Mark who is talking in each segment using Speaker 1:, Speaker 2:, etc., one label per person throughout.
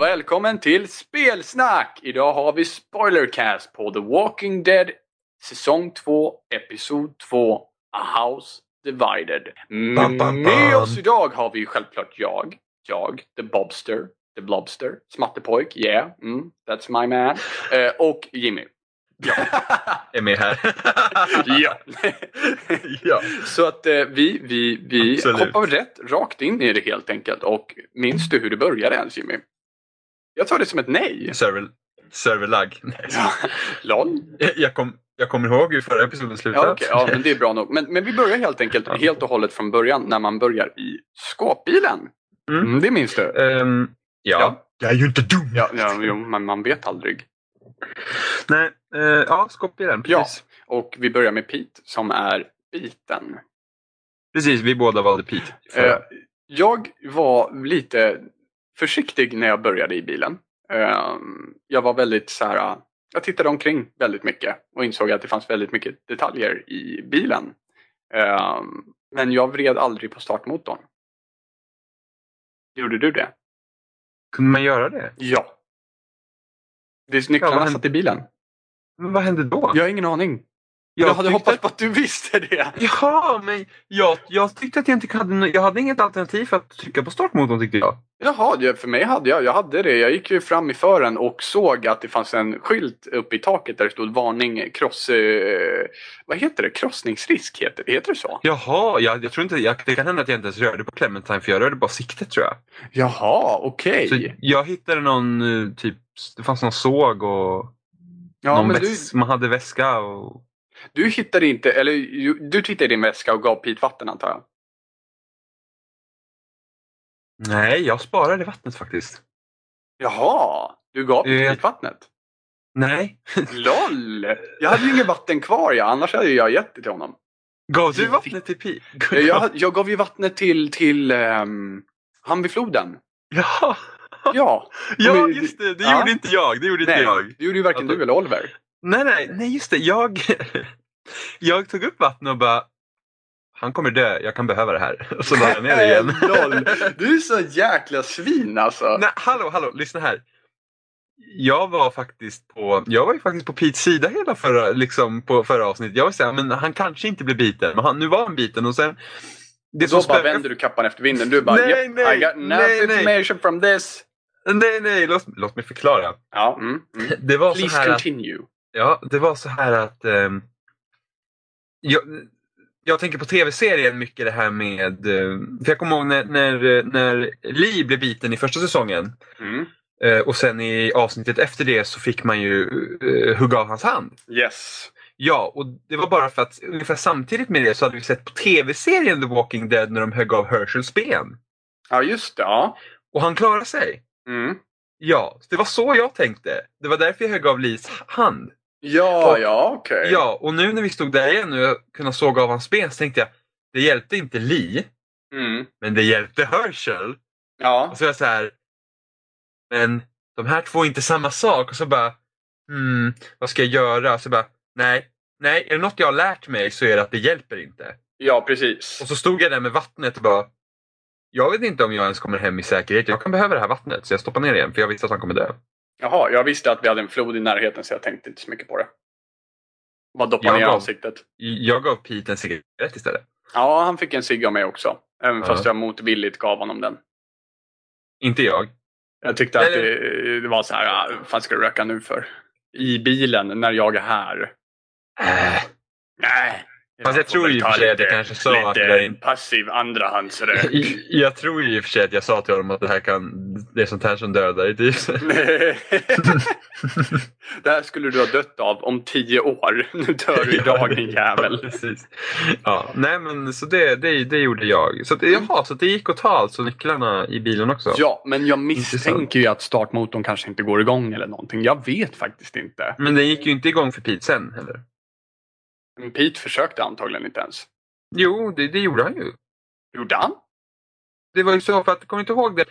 Speaker 1: välkommen till Spelsnack! Idag har vi spoilercast på The Walking Dead säsong 2, episod 2, A House Divided. Mm,
Speaker 2: Bam, bam,
Speaker 1: Med
Speaker 2: bam.
Speaker 1: oss idag har vi självklart jag, jag, The Bobster, The Blobster, Smattepojk, yeah, mm, that's my man, eh, och Jimmy.
Speaker 2: är med här.
Speaker 1: Ja.
Speaker 2: ja.
Speaker 1: Så att eh, vi, vi, vi
Speaker 2: Absolut.
Speaker 1: hoppar rätt rakt in i det helt enkelt. Och minns du hur det började ens Jimmy? Jag tar det som ett nej.
Speaker 2: Server, serverlag. Nej.
Speaker 1: Ja. LOL.
Speaker 2: Jag, kom, jag kommer ihåg hur förra episoden slutade.
Speaker 1: Ja, okej. ja, men det är bra nog. Men, men vi börjar helt enkelt
Speaker 2: Ja.
Speaker 1: helt och hållet från början när man börjar i skåpbilen.
Speaker 2: Mm.
Speaker 1: Mm, det minns du?
Speaker 2: Ehm, ja.
Speaker 1: Ja.
Speaker 2: Jag är ju inte dum!
Speaker 1: Ja, ja jo, men man vet aldrig.
Speaker 2: Nej, eh, ja, skåpbilen.
Speaker 1: Ja.
Speaker 2: Precis.
Speaker 1: Och vi börjar med Pete som är biten.
Speaker 2: precis, vi båda valde Pete.
Speaker 1: Eh, jag var lite försiktig när jag började i bilen. Eh, jag var väldigt så här. eh, Jag tittade omkring väldigt mycket och insåg att det fanns väldigt mycket detaljer i bilen. Eh, men jag vred aldrig på startmotorn. Gjorde du det?
Speaker 2: Kunde man göra det?
Speaker 1: Ja. Det är nycklarna
Speaker 2: Ja, men-
Speaker 1: satt i bilen.
Speaker 2: Men vad hände då?
Speaker 1: Jag har ingen aning. Jag, hade
Speaker 2: tyckte-
Speaker 1: hoppats på att du visste det.
Speaker 2: Jaha, men jag, jag tyckte att jag inte hade, nå- jag hade inget alternativ för att trycka på startmotorn tyckte jag.
Speaker 1: Jaha, det- för mig hade jag, jag hade det. Jag gick ju fram i fören och såg att det fanns en skylt uppe i taket där det stod varning kross... Eh, vad heter det? Krossningsrisk heter, heter det så?
Speaker 2: Jaha, jag, jag tror inte, jag, det kan hända att jag inte ens rörde på Clementine för jag rörde bara siktet tror jag.
Speaker 1: Jaha, okej.
Speaker 2: Så jag hittade någon eh, typ, det fanns någon såg och
Speaker 1: Ja,
Speaker 2: någon
Speaker 1: men du,
Speaker 2: väs- man hade väska och...
Speaker 1: du hittade inte, eller ju- du tittade i din väska och gav Pete vatten antar jag?
Speaker 2: Nej, jag sparade vattnet faktiskt.
Speaker 1: Jaha, du gav
Speaker 2: Eh.
Speaker 1: Pete vattnet?
Speaker 2: Nej.
Speaker 1: LOL! Jag hade ju inget vatten kvar ja, annars hade jag gett det till honom.
Speaker 2: Gav du
Speaker 1: Givet.
Speaker 2: vattnet till Pi?
Speaker 1: Jag, jag, jag gav ju vattnet till, till ehm, han vid floden.
Speaker 2: Ja,
Speaker 1: Ja,
Speaker 2: ja
Speaker 1: Men-
Speaker 2: just det. Det
Speaker 1: Ja.
Speaker 2: gjorde inte jag. Det gjorde inte
Speaker 1: nej,
Speaker 2: jag.
Speaker 1: det gjorde ju varken
Speaker 2: Jag tog-
Speaker 1: du eller Oliver.
Speaker 2: Nej, nej, nej, just det. Jag, jag tog upp vattnet och bara han kommer dö, jag kan behöva det här. Och så la jag ner det igen.
Speaker 1: Lol. Du är så jäkla svin alltså.
Speaker 2: Nej, hallå, hallå, lyssna här. Jag var faktiskt på, jag var ju faktiskt på Petes sida hela förra, liksom, på förra avsnittet. Jag var såhär, men han kanske inte blir biten. Men han, nu var han biten och sen... Det
Speaker 1: Då bara
Speaker 2: spökar-
Speaker 1: vänder du kappan efter vinden. Du bara
Speaker 2: Nej,
Speaker 1: yep,
Speaker 2: nej,
Speaker 1: I got
Speaker 2: nej,
Speaker 1: no
Speaker 2: nej.
Speaker 1: information from this.
Speaker 2: Nej, nej, låt, låt mig förklara.
Speaker 1: Ja, mm, mm.
Speaker 2: Det var så
Speaker 1: Please
Speaker 2: här att,
Speaker 1: continue.
Speaker 2: ja, det var så här att ehm, jag, jag tänker på tv-serien mycket det här med, ehm, för jag kommer ihåg när, när, när Lee blev biten i första säsongen.
Speaker 1: Mm.
Speaker 2: Eh, och sen i avsnittet efter det så fick man ju eh, hugga av hans hand.
Speaker 1: Yes.
Speaker 2: Ja, och det var bara för att ungefär samtidigt med det så hade vi sett på tv-serien The Walking Dead när de högg av Herschels ben.
Speaker 1: Ja, just det. Ja.
Speaker 2: Och han klarade sig.
Speaker 1: Mm.
Speaker 2: Ja, så det var så jag tänkte. Det var därför jag högg av Lees hand.
Speaker 1: Ja,
Speaker 2: Och-
Speaker 1: ja, okej.
Speaker 2: Ja, och nu när vi stod där igen och jag kunde såga av hans ben så tänkte jag, det hjälpte inte Lee,
Speaker 1: Mm.
Speaker 2: men det hjälpte Herschel.
Speaker 1: Ja.
Speaker 2: Och så var jag så här, men de här två är inte samma sak. Och så bara, hmm, vad ska jag göra? Så bara, nej, nej, är det något jag har lärt mig så är det att det hjälper inte.
Speaker 1: ja, precis.
Speaker 2: Och så stod jag där med vattnet och bara, jag vet inte om jag ens kommer hem i säkerhet. Jag kan behöva det här vattnet. Så jag stoppar ner det igen för jag visste att han kommer dö.
Speaker 1: Jaha, jag visste att vi hade en flod i närheten så jag tänkte inte så mycket på det. Bara doppa
Speaker 2: Jag
Speaker 1: ner
Speaker 2: gav-
Speaker 1: ansiktet.
Speaker 2: Jag gav Pete en cigarett istället.
Speaker 1: Ja, han fick en cigg av mig också. Även
Speaker 2: Ja.
Speaker 1: fast jag motvilligt gav honom den.
Speaker 2: Inte jag.
Speaker 1: Jag tyckte att
Speaker 2: Eller-
Speaker 1: det, det var så här, vad fan ska du röka nu för? I bilen, när jag är här.
Speaker 2: Äh.
Speaker 1: Nej.
Speaker 2: Fast jag
Speaker 1: får
Speaker 2: tror
Speaker 1: väl
Speaker 2: ju i och
Speaker 1: ta
Speaker 2: för sig att jag
Speaker 1: lite-
Speaker 2: kanske sa att det där
Speaker 1: Lite
Speaker 2: inte...
Speaker 1: passiv andrahandsrök.
Speaker 2: Jag tror ju i och för sig att jag sa till honom att det här kan... Det är sånt här som dödar i typ.
Speaker 1: det här skulle du ha dött av om tio år. Nu dör du idag din
Speaker 2: Ja,
Speaker 1: jävel.
Speaker 2: precis. Ja, nej men så det, det, det gjorde jag. Så att, jaha, så att det gick att ta alltså nycklarna i bilen också?
Speaker 1: Ja, men jag
Speaker 2: Intressant.
Speaker 1: misstänker ju att startmotorn kanske inte går igång eller någonting. Jag vet faktiskt inte.
Speaker 2: Men den gick ju inte igång för Pete sen heller.
Speaker 1: Men Mm, Pete försökte antagligen inte ens.
Speaker 2: Jo, det, det gjorde han ju.
Speaker 1: Gjorde han?
Speaker 2: Det var ju så för att, kommer inte ihåg det?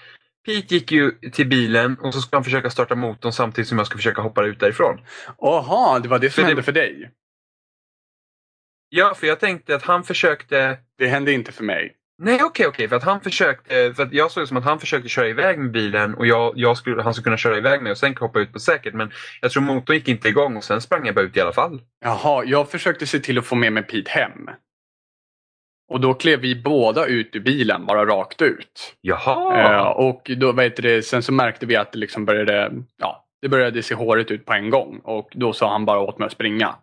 Speaker 2: Pete gick ju till bilen och så ska han försöka starta motorn samtidigt som jag ska försöka hoppa ut därifrån.
Speaker 1: Jaha, det var det som
Speaker 2: För det-
Speaker 1: hände för dig.
Speaker 2: Ja, för jag tänkte att han försökte...
Speaker 1: Det hände inte för mig.
Speaker 2: Nej okej okej, för att han försökte, för att jag såg det som att han försökte köra iväg med bilen och jag, jag skulle, han skulle kunna köra iväg mig och sen hoppa ut på säkert men jag tror motorn gick inte igång och sen sprang jag bara ut i alla fall.
Speaker 1: Jaha, jag försökte se till att få med mig Pete hem. Och då klev vi båda ut ur bilen, bara rakt ut.
Speaker 2: Jaha!
Speaker 1: Eh, och då, vad heter det, sen så märkte vi att det liksom började, ja, det började se håret ut på en gång. Och då sa han bara åt mig att springa.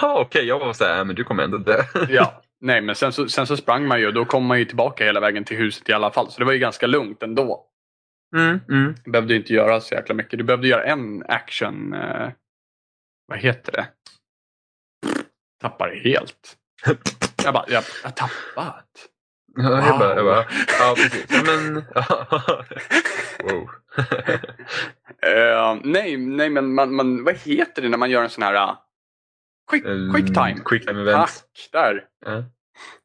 Speaker 2: Ja okej, jag var såhär, "Äh, men du kommer ändå dö.
Speaker 1: Ja, nej men sen så, sen så sprang man ju och då kom man ju tillbaka hela vägen till huset i alla fall. Så det var ju ganska lugnt ändå.
Speaker 2: Mm, mm.
Speaker 1: Du behövde inte göra så jäkla mycket. Du behövde göra en action... Eh, vad heter det? Tappar det helt. Jag bara, jag, jag har tappat.
Speaker 2: Ja, Jag bara,
Speaker 1: Wow.
Speaker 2: jag bara, ja precis. Ja, Men, wow.
Speaker 1: Eh, nej, nej men man, man, vad heter det när man gör en sån här... ah, quick, quick time.
Speaker 2: Mm, Quick time event.
Speaker 1: Tack, där.
Speaker 2: Ja.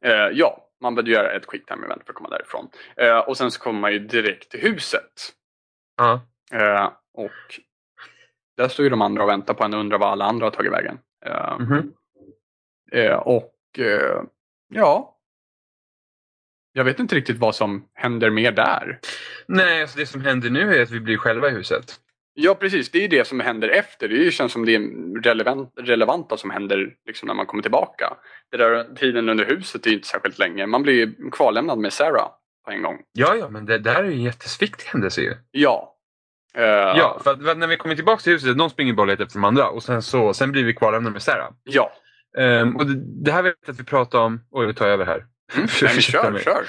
Speaker 1: Eh, ja, man behövde göra ett quick time event för att komma därifrån. Eh, och sen så kommer man ju direkt till huset.
Speaker 2: Ja.
Speaker 1: Eh, och där står ju de andra och väntar på en och undrar vad alla andra har tagit vägen. Eh,
Speaker 2: Mhm.
Speaker 1: eh, och eh, ja, jag vet inte riktigt vad som händer mer där.
Speaker 2: Nej, alltså det som händer nu är att vi blir själva i huset.
Speaker 1: Ja precis, det är ju det som händer efter. Det är ju- känns som det är relevant, relevanta som händer liksom när man kommer tillbaka. Det där tiden under huset är ju inte särskilt länge. Man blir ju kvarlämnad med Sarah på en gång.
Speaker 2: Ja, ja, men det där är ju en jättesviktig händelse ju.
Speaker 1: Ja. Eh,
Speaker 2: Ja, för att, för att när vi kommer tillbaka till huset, de springer bara och letar efter de andra och sen, så, sen blir vi kvarlämnade med Sarah.
Speaker 1: ja.
Speaker 2: Ehm, och det, det här vet jag att vi pratade om, oj nu tar jag över här.
Speaker 1: Mm. Nej, men
Speaker 2: Ursäkta
Speaker 1: kör,
Speaker 2: mig.
Speaker 1: kör.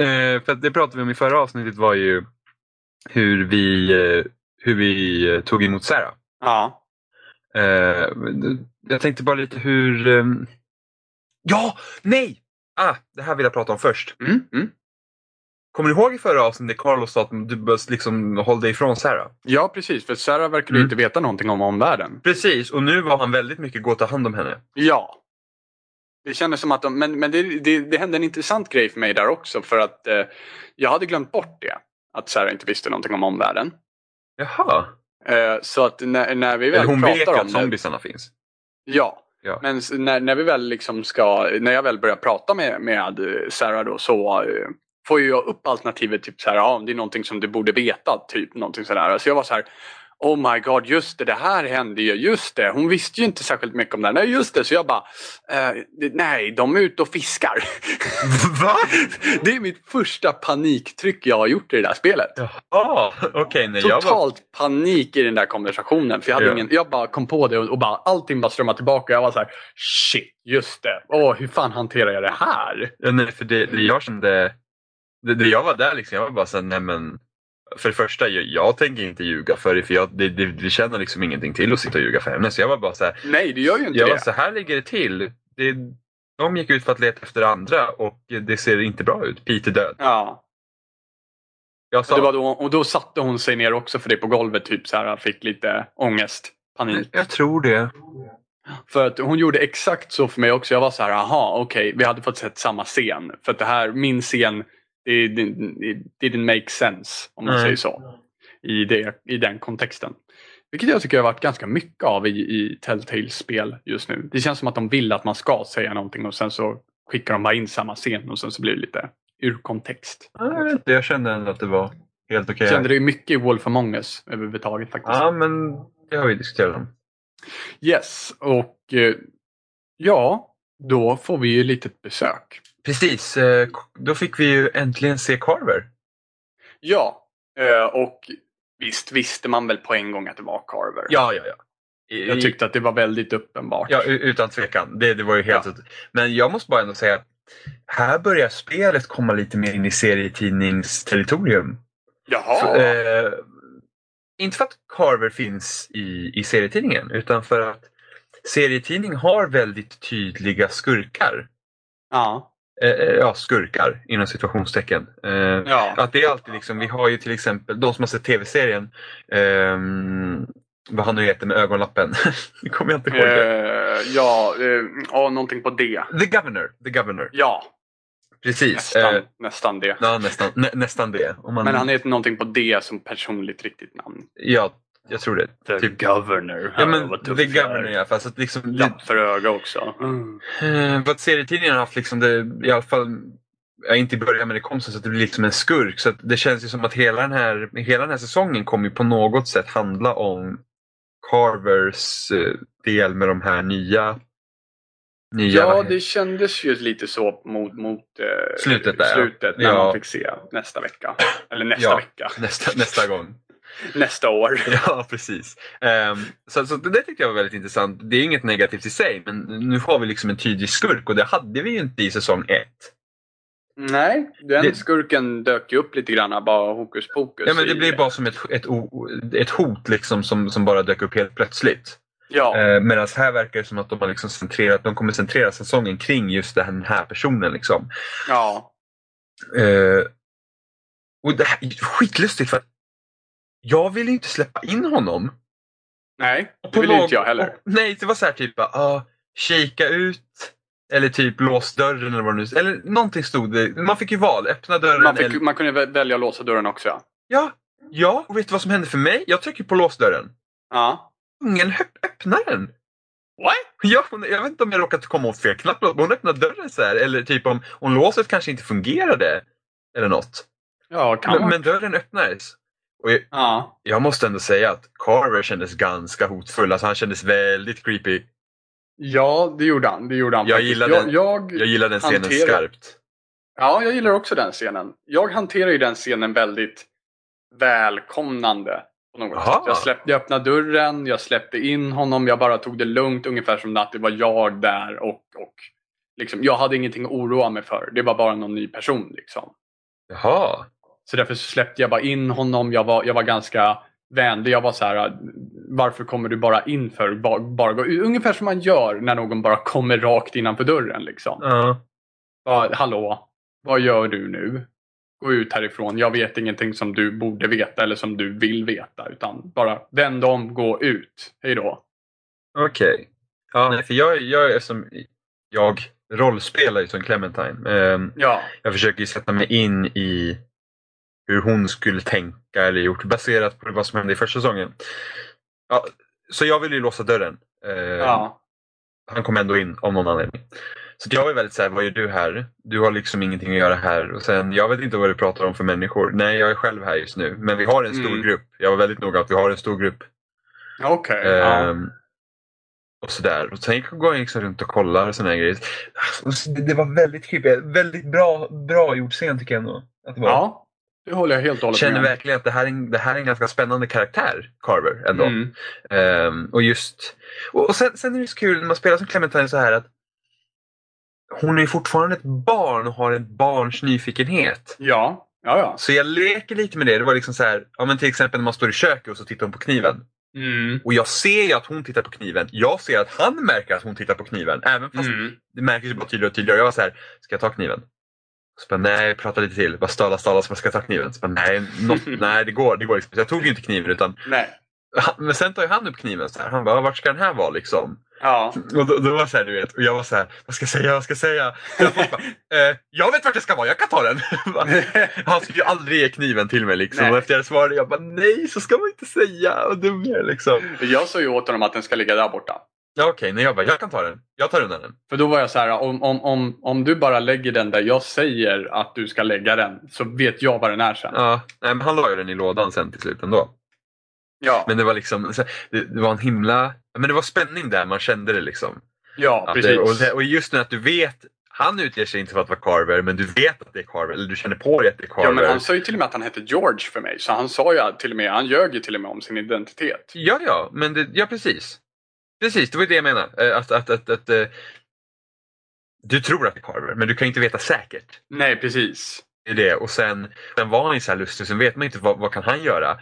Speaker 2: Ehm, för att det pratade vi om i förra avsnittet var ju hur vi, eh, hur vi eh, tog emot Sarah.
Speaker 1: Ja.
Speaker 2: Eh, men, jag tänkte bara lite hur... ehm, Ja! Nej! Ah, det här vill jag prata om först.
Speaker 1: Mm. Mm.
Speaker 2: Kommer du ihåg i förra avsnittet Carlos sa att du bör liksom hålla dig ifrån Sarah?
Speaker 1: Ja, precis. För Sarah verkar ju
Speaker 2: Mm.
Speaker 1: inte veta någonting om omvärlden.
Speaker 2: Precis, och nu var han väldigt mycket gå och ta hand om henne.
Speaker 1: Ja. Det kändes som att de, men, men det, det, det hände en intressant grej för mig där också för att eh, jag hade glömt bort det. Att Sarah inte visste någonting om omvärlden.
Speaker 2: Jaha.
Speaker 1: Eh, så att när, när vi väl
Speaker 2: Eller hon vet
Speaker 1: pratar om
Speaker 2: att
Speaker 1: det.
Speaker 2: zombisarna finns.
Speaker 1: Ja.
Speaker 2: Ja.
Speaker 1: Men s- när, när vi väl liksom ska, när jag väl börjar prata med, med eh, Sarah då så eh, får ju jag upp alternativet typ så här, ja det är någonting som du borde veta, typ någonting sådär. Så jag var så här, oh my god, just det, det här hände ju, just det, hon visste ju inte särskilt mycket om det här. Nej, just det, så jag bara, eh, det- nej, de är ute och fiskar.
Speaker 2: Va?
Speaker 1: det är mitt första paniktryck jag har gjort i det där spelet.
Speaker 2: Jaha, okej. nej, jag var...
Speaker 1: Totalt panik i den där konversationen. För jag, hade
Speaker 2: Ja.
Speaker 1: ingen, jag bara kom på det och, och bara, allting bara strömmade tillbaka. Jag var så här, shit, just det. Åh, hur fan hanterar jag det här?
Speaker 2: Ja, nej, för det, det jag kände... Det, det jag var där liksom, jag var bara såhär, nej men... För det första, jag, jag tänker inte ljuga för dig för jag, det, det, det känner liksom ingenting till att sitta och ljuga för henne. Så jag var bara såhär,
Speaker 1: Nej, det gör ju inte
Speaker 2: Jag var
Speaker 1: det.
Speaker 2: så här ligger det till. Det, de gick ut för att leta efter andra och det ser inte bra ut. Pete är död.
Speaker 1: Ja,
Speaker 2: Jag
Speaker 1: så
Speaker 2: sa,
Speaker 1: det var då, och då satte hon sig ner också för det på golvet. Typ så här, fick lite ångest, panik.
Speaker 2: jag tror det.
Speaker 1: För att hon gjorde exakt så för mig också. Jag var så här, aha, okej, vi hade fått sett samma scen. För att det här, min scen, det, det, det didn't make sense, om man
Speaker 2: Nej.
Speaker 1: säger så. I, det, I den kontexten. Vilket jag tycker har varit ganska mycket av i, i Telltales spel just nu. Det känns som att de vill att man ska säga någonting och sen så skickar de bara in samma scen och sen så blir det lite ur kontext.
Speaker 2: Jag, vet inte, jag kände ändå att det var helt okej.
Speaker 1: Jag kände det ju mycket i Wolf Among Us överhuvudtaget faktiskt.
Speaker 2: Ja, men det har vi diskuterat om.
Speaker 1: Yes, och eh, ja, då får vi ju lite besök.
Speaker 2: Precis, eh, då fick vi ju äntligen se Carver.
Speaker 1: Ja, eh, och visst visste man väl på en gång att det var Carver.
Speaker 2: Ja, ja, ja. I-
Speaker 1: Jag tyckte att det var väldigt uppenbart.
Speaker 2: Ja, u- utan tvekan. Det, det var ju helt...
Speaker 1: Ja.
Speaker 2: Men jag måste bara ändå säga att här börjar spelet komma lite mer in i serietidningsterritorium.
Speaker 1: Jaha,
Speaker 2: Eh, inte för att Carver finns i, i serietidningen, utan för att serietidning har väldigt tydliga skurkar.
Speaker 1: ja.
Speaker 2: Eh, eh, ja, skurkar inom situationstecken. Eh,
Speaker 1: ja.
Speaker 2: att det är alltid liksom, vi har ju till exempel de som har sett tv-serien, ehm, vad han nu heter med ögonlappen. nu kommer jag inte ihåg det.
Speaker 1: Eh, ja, eh, ja, någonting på det.
Speaker 2: The Governor. The Governor.
Speaker 1: Ja,
Speaker 2: Precis.
Speaker 1: nästan,
Speaker 2: Eh,
Speaker 1: nästan det.
Speaker 2: ja, nästan, nä, nästan det. Om man,
Speaker 1: Men han heter någonting på det som personligt riktigt namn.
Speaker 2: Ja, jag tror det. Typ-
Speaker 1: Governor.
Speaker 2: Ja, men The Governor i alla fall. Så att liksom,
Speaker 1: Lapp för öga också. Mm.
Speaker 2: Eh, Vad serietidningarna har haft liksom det, i alla fall ja, inte i början men det kom sen så att det blir liksom en skurk. Så att det känns ju som att hela den här, hela den här säsongen kommer ju på något sätt handla om Carvers eh, del med de här nya, nya vad
Speaker 1: Ja,
Speaker 2: heter-
Speaker 1: det kändes ju lite så mot, mot eh,
Speaker 2: Slutet där, ja.
Speaker 1: slutet när
Speaker 2: Ja.
Speaker 1: man fick se nästa vecka. Eller nästa
Speaker 2: Ja.
Speaker 1: vecka.
Speaker 2: nästa, nästa gång.
Speaker 1: Nästa år.
Speaker 2: Ja, precis. Ehm, så, så det där tyckte jag var väldigt intressant. Det är inget negativt i sig, men nu har vi liksom en tydlig skurk och det hade vi ju inte i säsong ett.
Speaker 1: Nej, den
Speaker 2: Det-
Speaker 1: skurken dök ju upp lite grann bara hokus pokus.
Speaker 2: Ja, men det
Speaker 1: i-
Speaker 2: blir bara som ett, ett, o- ett hot liksom som, som bara dök upp helt plötsligt.
Speaker 1: Ja,
Speaker 2: Eh, Medan här verkar det som att de, har liksom centrerat, de kommer centrera säsongen kring just den här personen. Liksom.
Speaker 1: ja.
Speaker 2: Eh, och det här är skitlustigt för att jag vill ju inte släppa in honom.
Speaker 1: Nej, det
Speaker 2: På
Speaker 1: vill
Speaker 2: någon-
Speaker 1: inte jag heller.
Speaker 2: och- nej, det var så här typ bara, ah, kika ut. Eller typ lås dörren eller vad det nu Eller någonting stod det. Man fick ju val. Öppna dörren
Speaker 1: Man, fick,
Speaker 2: eller...
Speaker 1: man kunde väl- välja att låsa dörren också. Ja.
Speaker 2: Ja, ja. Och vet du vad som hände för mig? Jag trycker på låsdörren.
Speaker 1: ja.
Speaker 2: Ungen höpp- öppnar den.
Speaker 1: What?
Speaker 2: Ja, hon, jag vet inte om jag råkat komma åt fel knapp. men Hon öppnar dörren så här. Eller typ om, om låset kanske inte fungerade. Eller något.
Speaker 1: Ja, kan
Speaker 2: Men,
Speaker 1: man.
Speaker 2: men dörren öppnades. Och jag,
Speaker 1: Ja.
Speaker 2: jag måste ändå säga att Carver kändes ganska hotfull. Alltså han kändes väldigt creepy.
Speaker 1: ja, det gjorde han. Det gjorde han
Speaker 2: Jag
Speaker 1: faktiskt.
Speaker 2: gillar den.
Speaker 1: Jag, jag,
Speaker 2: Jag gillar den scenen
Speaker 1: Hantera.
Speaker 2: skarpt.
Speaker 1: ja, jag gillar också den scenen. Jag hanterar ju den scenen väldigt välkomnande. På något
Speaker 2: Aha.
Speaker 1: sätt. Jag, släppte, jag öppnade dörren, jag släppte in honom, jag bara tog det lugnt. Ungefär som att det var jag där och, och liksom, jag hade ingenting att oroa mig för. Det var bara någon ny person liksom.
Speaker 2: Jaha.
Speaker 1: Så därför så släppte jag bara in honom. Jag var, jag var ganska vänlig. Jag var så här, varför kommer du bara in för? Bara, bara gå? Ungefär som man gör när någon bara kommer rakt innanför dörren. Liksom.
Speaker 2: Ja.
Speaker 1: Bara, Hallå, vad gör du nu? Gå ut härifrån. Jag vet ingenting som du borde veta eller som du vill veta. Utan bara vänd om, gå ut. Hej då.
Speaker 2: Okej. Ja, nej, för jag, jag är som... Jag rollspelar ju som Clementine. Ehm,
Speaker 1: Ja,
Speaker 2: Jag försöker ju sätta mig in i hur hon skulle tänka eller gjort baserat på vad som hände i första säsongen. Ja, så jag ville ju låsa dörren. Ehm,
Speaker 1: ja,
Speaker 2: Han kom ändå in av någon anledning. Så att jag var väldigt såhär, vad gör du här? Du har liksom ingenting att göra här. Och sen, jag vet inte vad du pratar om för människor. Nej, jag är själv här just nu. Men vi har en stor
Speaker 1: Mm.
Speaker 2: grupp. Jag var väldigt noga att vi har en stor grupp.
Speaker 1: okej. ja.
Speaker 2: Ehm, och sådär. Och sen går jag liksom runt och kollar och sådana här grejer. Alltså, Och så- Det var väldigt creepy. Väldigt bra, bra gjord scen tycker jag ändå. Att det var.
Speaker 1: ja, det håller jag helt och hållet
Speaker 2: Känner
Speaker 1: med om.
Speaker 2: verkligen att det här, är en, det här är en ganska spännande karaktär, Carver. Ändå.
Speaker 1: Mm.
Speaker 2: Ehm, och just... Och, och sen, sen är det så kul när man spelar som Clementine så här att hon är ju fortfarande ett barn och har ett barns nyfikenhet.
Speaker 1: Ja, ja, ja.
Speaker 2: Så jag leker lite med det. Det var liksom så här, ja, men till exempel när man står i köket och så tittar hon på kniven.
Speaker 1: Mm.
Speaker 2: Och jag ser ju att hon tittar på kniven. Jag ser att han märker att hon tittar på kniven. Även fast
Speaker 1: Mm.
Speaker 2: det märker sig bara tydligare och tydligare. Jag var så här, ska jag ta kniven? Så bara, nej, prata lite till. Bara stöla, stöla, så bara, ska jag ta kniven? Så bara, nej, något, nej det går. Det går liksom. Så jag tog ju inte kniven utan,
Speaker 1: Nej.
Speaker 2: men sen tar ju han upp kniven så här. Han bara, vart ska den här vara liksom?
Speaker 1: Ja.
Speaker 2: Och då, då var det så här, du vet. Och jag var så här, vad ska jag säga, vad ska jag säga? Jag, bara, eh, jag vet vart den ska vara, jag kan ta den. han skulle ju aldrig ge kniven till mig liksom.
Speaker 1: Nej.
Speaker 2: Och efter jag svarade, jag bara, nej, så ska man inte säga. Vad dum jag är liksom.
Speaker 1: Jag sa ju åt honom att den ska ligga där borta.
Speaker 2: Ja, okej, nej, jag bara, jag kan ta den. Jag tar undan den.
Speaker 1: För då var jag så här, om, om, om, om du bara lägger den där jag säger att du ska lägga den så vet jag var den är sen.
Speaker 2: Ja, nej, men han la ju den i lådan sen till slut ändå.
Speaker 1: Ja,
Speaker 2: Men det var liksom, så- det, det var en himla, ja, men det var spänning där, man kände det liksom.
Speaker 1: ja
Speaker 2: Att
Speaker 1: precis.
Speaker 2: Det, och, det- och just nu att du vet, han utger sig inte för att vara Carver, men du vet att det är Carver, eller du känner på dig att det är Carver.
Speaker 1: ja, men han sa ju till och med att han hette George för mig. Så han sa ju till och med, han ljög ju till och med om sin identitet.
Speaker 2: ja, ja, men det, ja precis. Precis, det var ju det jag menade. Eh, Att, att, att, att, eh, du tror att det är Carver, men du kan ju inte veta säkert.
Speaker 1: Nej, precis.
Speaker 2: Det är det. Och sen, sen var han ju så här lustig, sen vet man inte vad, vad kan han göra.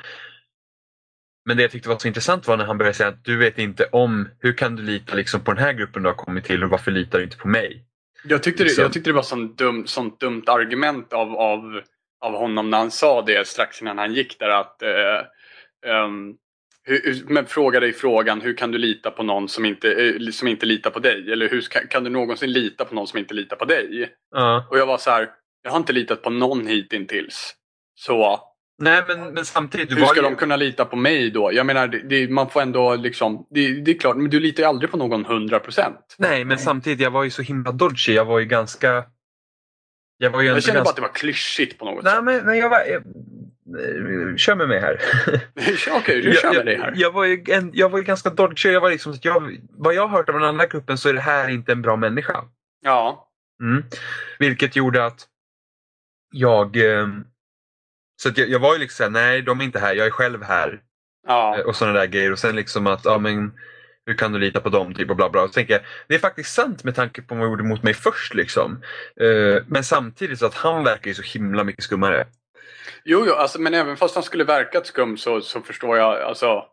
Speaker 2: Men det jag tyckte var så intressant var när han började säga att du vet inte om, hur kan du lita liksom på den här gruppen du har kommit till och varför litar du inte på mig?
Speaker 1: Jag tyckte det,
Speaker 2: Liksom.
Speaker 1: jag tyckte det var sånt dumt, sånt dumt argument av, av, av honom när han sa det strax innan han gick där att eh, ehm, hur, hur- men fråga dig frågan, hur kan du lita på någon som inte, eh, som inte litar på dig? Eller hur ska, kan du någonsin lita på någon som inte litar på dig?
Speaker 2: Ja.
Speaker 1: Och jag var så här, jag har inte litat på någon hittills. Så
Speaker 2: Nej men, men samtidigt, du
Speaker 1: hur
Speaker 2: var
Speaker 1: ska
Speaker 2: ju...
Speaker 1: de kunna lita på mig då? Jag menar, det, det, man får ändå liksom, det, det är klart, men du litar ju aldrig på någon 100 procent.
Speaker 2: Nej men samtidigt, jag var ju så himla dodgy. Jag var ju ganska... Jag var ju
Speaker 1: Jag
Speaker 2: ändå
Speaker 1: kände bara att
Speaker 2: ganska...
Speaker 1: det var klyschigt på något
Speaker 2: Nej,
Speaker 1: sätt.
Speaker 2: men, men jag var... Jag... Kör med mig här.
Speaker 1: Okej, du kör med det här.
Speaker 2: Jag, jag, var ju en, jag var ju ganska dåligt körd. Jag var liksom, så att jag, vad jag har hört av den andra gruppen så är det här inte en bra människa.
Speaker 1: Ja.
Speaker 2: Mm. Vilket gjorde att jag... eh, Så att jag, jag var ju liksom såhär, nej de är inte här, jag är själv här. Eh,
Speaker 1: Ja.
Speaker 2: Och sådana där grejer. Och sen liksom att, ja men hur kan du lita på dem? Typ och bla bla. Och så tänker jag, det är faktiskt sant med tanke på vad de gjorde mot mig först. liksom. Eh, Men samtidigt så att han verkar ju så himla mycket skummare.
Speaker 1: Jo, jo alltså, men även fast han skulle verkat skum så, så förstår jag. Alltså,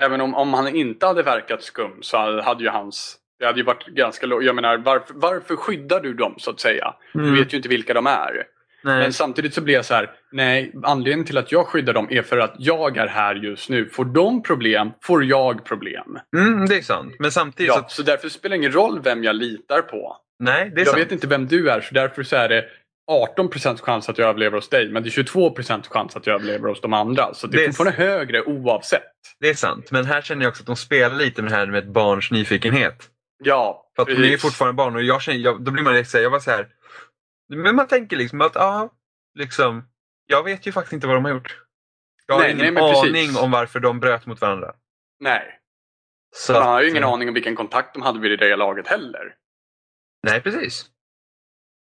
Speaker 1: även om, om han inte hade verkat skum så hade- hade ju hans... Det hade ju varit ganska lågt. Jag menar, varför, varför skyddar du dem så att säga? Du
Speaker 2: Mm.
Speaker 1: vet ju inte vilka de är.
Speaker 2: Nej.
Speaker 1: Mm. Men samtidigt så blir jag så här, nej, anledningen till att jag skyddar dem är för att jag är här just nu. Får de problem, får jag problem.
Speaker 2: Mm, det är sant. Men samtidigt så
Speaker 1: Ja,
Speaker 2: att,
Speaker 1: så därför spelar det ingen roll vem jag litar på.
Speaker 2: nej det är
Speaker 1: Jag
Speaker 2: sant.
Speaker 1: vet inte vem du är, så därför så är det 18 chans att jag överlever hos dig, men det är 22 chans att jag överlever hos de andra. Så det
Speaker 2: Det
Speaker 1: är
Speaker 2: är-
Speaker 1: fortfarande högre oavsett.
Speaker 2: Det är sant. Men här känner jag också att de spelar lite med det här med ett barns nyfikenhet.
Speaker 1: Ja,
Speaker 2: För att hon är ju fortfarande barn och jag känner, jag, då blir man direkt såhär, jag var så här. Men man tänker liksom att, ja, liksom, jag vet ju faktiskt inte vad de har gjort. Jag har
Speaker 1: Nej, nej,
Speaker 2: ingen
Speaker 1: men precis.
Speaker 2: aning om varför de bröt mot varandra.
Speaker 1: Nej,
Speaker 2: Så
Speaker 1: man
Speaker 2: att-
Speaker 1: har ju ingen aning om vilken kontakt de hade vid det där laget heller.
Speaker 2: Nej, precis.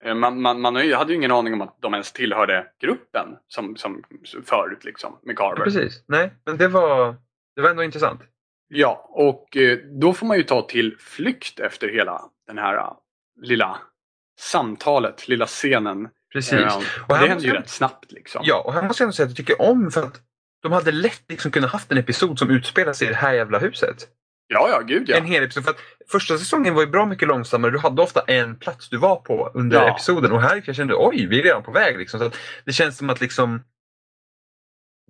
Speaker 1: Eh, Man, man, man har ju- hade ju ingen aning om att de ens tillhörde gruppen som, som förut liksom, med
Speaker 2: Ja,
Speaker 1: Carver.
Speaker 2: precis. Nej, men det var, det var ändå intressant.
Speaker 1: Ja, och eh, då får man ju ta till flykt efter hela den här eh, lilla samtalet, lilla scenen.
Speaker 2: Precis.
Speaker 1: Eh,
Speaker 2: Och här
Speaker 1: det händer ju
Speaker 2: måste-
Speaker 1: rätt snabbt liksom.
Speaker 2: Ja, och här måste jag ändå säga att jag tycker om för att de hade lätt liksom kunnat haft en episod som utspelar sig i det här jävla huset.
Speaker 1: ja, ja gud ja.
Speaker 2: En hel episod. För att första säsongen var ju bra mycket långsammare. Du hade ofta en plats du var på under
Speaker 1: Ja.
Speaker 2: episoden. Och här jag kände jag oj, vi är redan på väg. Liksom. Så att det känns som att liksom...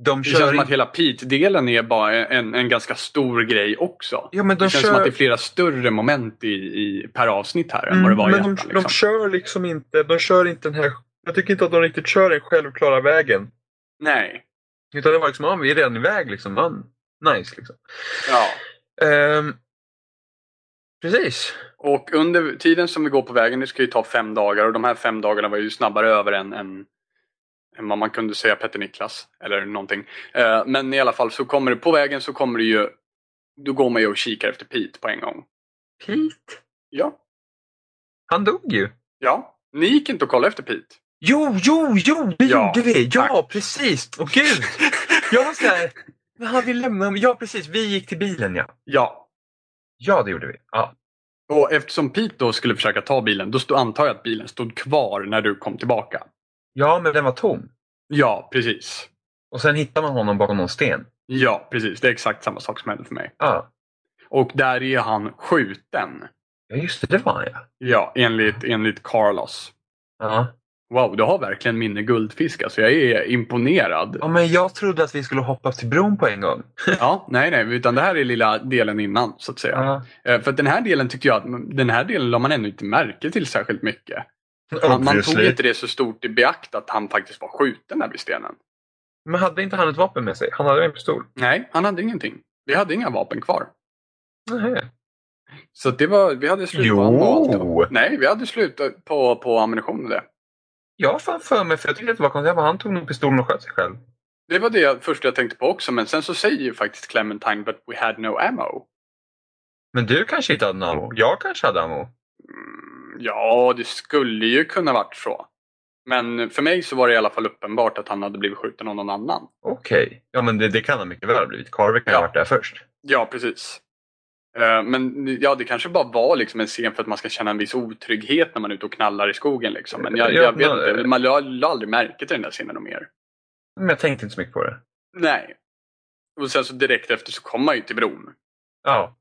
Speaker 2: De
Speaker 1: Det känns
Speaker 2: kör...
Speaker 1: som att
Speaker 2: in-
Speaker 1: hela Pete-delen är bara en, en ganska stor grej också.
Speaker 2: Ja, men
Speaker 1: Det
Speaker 2: de
Speaker 1: känns som att det är
Speaker 2: kör...
Speaker 1: flera större moment i, i, per avsnitt här än vad det
Speaker 2: Mm,
Speaker 1: var i
Speaker 2: men de,
Speaker 1: ettan,
Speaker 2: de
Speaker 1: liksom.
Speaker 2: kör liksom inte... De kör inte den här... Jag tycker inte att de riktigt kör den självklara vägen.
Speaker 1: Nej.
Speaker 2: Utan det var liksom, ja, vi är redan iväg liksom. Ja, nice liksom.
Speaker 1: Ja.
Speaker 2: Ehm, precis.
Speaker 1: Och under tiden som vi går på vägen, det ska ju ta fem dagar och de här fem dagarna var ju snabbare över än, än, än vad man kunde säga Petter Niklas eller någonting. Eh, Men i alla fall så kommer det, på vägen så kommer det ju, då går man ju och kikar efter Pete på en gång.
Speaker 2: Pete,
Speaker 1: Ja,
Speaker 2: han dog ju.
Speaker 1: ja. Ni gick inte och kollade efter Pete.
Speaker 2: Jo, jo, jo, det
Speaker 1: Ja,
Speaker 2: gjorde vi! Ja,
Speaker 1: tack.
Speaker 2: precis! Åh gud! Jag var såhär, men han vill lämna mig. Ja, precis. Vi gick till bilen, ja.
Speaker 1: Ja,
Speaker 2: Ja, det gjorde vi. Ja.
Speaker 1: Och eftersom Pete då skulle försöka ta bilen, då stod, antar jag att bilen stod kvar när du kom tillbaka.
Speaker 2: ja, men den var tom.
Speaker 1: Ja, precis.
Speaker 2: Och sen hittar man honom bakom någon sten.
Speaker 1: Ja, precis. Det är exakt samma sak som hände för mig.
Speaker 2: Ja,
Speaker 1: Och där är han skjuten.
Speaker 2: ja just det. Det var han, ja.
Speaker 1: Ja, enligt, enligt Carlos.
Speaker 2: ja.
Speaker 1: Wow, du har verkligen minne guldfisk. Alltså jag är imponerad.
Speaker 2: Ja, men jag trodde att vi skulle hoppa upp till bron på en gång.
Speaker 1: Ja, nej, nej. Utan det här är lilla delen innan, så att säga.
Speaker 2: Ja.
Speaker 1: Eh, För att den här delen tyckte jag att den här delen la man ändå inte märke till särskilt mycket. Man, man tog
Speaker 2: Obviously.
Speaker 1: inte det så stort i beakt att han faktiskt var skjuten där vid stenen.
Speaker 2: Men hade inte han ett vapen med sig? Han hade en pistol.
Speaker 1: Nej, han hade ingenting. Vi hade inga vapen kvar.
Speaker 2: Nähä.
Speaker 1: Så att det var, vi hade slut på ammo och allt.
Speaker 2: Jo!
Speaker 1: Nej, vi hade slut på, på ammunition och det.
Speaker 2: Jag har fan för mig, för jag tyckte att det var konstigt. Jag bara, Han tog nog pistolen och sköt sig själv.
Speaker 1: Det var det jag- första jag tänkte på också, men sen så säger ju faktiskt Clementine but we had no ammo.
Speaker 2: Men du kanske inte hade någon ammo? Jag kanske hade ammo?
Speaker 1: Mm, ja, det skulle ju kunna varit så. Men för mig så var det i alla fall uppenbart att han hade blivit skjuten av någon annan.
Speaker 2: Okej. Ja, men det, det kan han mycket väl ha blivit. Carver kan
Speaker 1: Ja.
Speaker 2: ha varit där först.
Speaker 1: Ja, precis. Eh, Men ja, det kanske bara var liksom en scen för att man ska känna en viss otrygghet när man är ute och knallar i skogen. Liksom. Men jag,
Speaker 2: Ja,
Speaker 1: jag vet
Speaker 2: men-
Speaker 1: inte, man la la aldrig märke till den där scenen och mer.
Speaker 2: Men jag tänkte inte så mycket på det.
Speaker 1: Nej. Och sen så direkt efter så kommer man ju till bron
Speaker 2: Ja,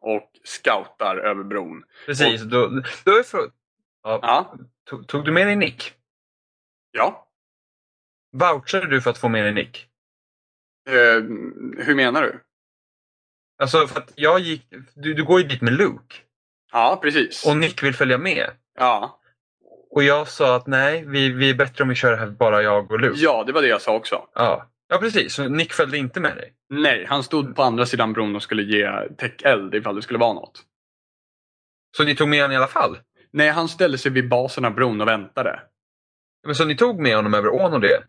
Speaker 1: och scoutar över bron.
Speaker 2: precis. Då, då är frå- ja.
Speaker 1: Ja,
Speaker 2: Tog, tog du med dig nick?
Speaker 1: ja.
Speaker 2: Vouchade du för att få med dig nick?
Speaker 1: Eh, hur menar du?
Speaker 2: Alltså, för att jag gick... Du, du går ju dit med Luke.
Speaker 1: Ja, precis.
Speaker 2: Och Nick vill följa med.
Speaker 1: Ja.
Speaker 2: Och jag sa att nej, vi, vi är bättre om vi kör det här bara jag och Luke.
Speaker 1: ja, det var det jag sa också.
Speaker 2: Ja, ja precis. Så Nick följde inte med dig.
Speaker 1: Nej, han stod på andra sidan bron och skulle ge täckeld ifall det skulle vara något.
Speaker 2: Så ni tog med honom i alla fall?
Speaker 1: Nej, han ställde sig vid basen av bron och väntade.
Speaker 2: Men så ni tog med honom över ån och det?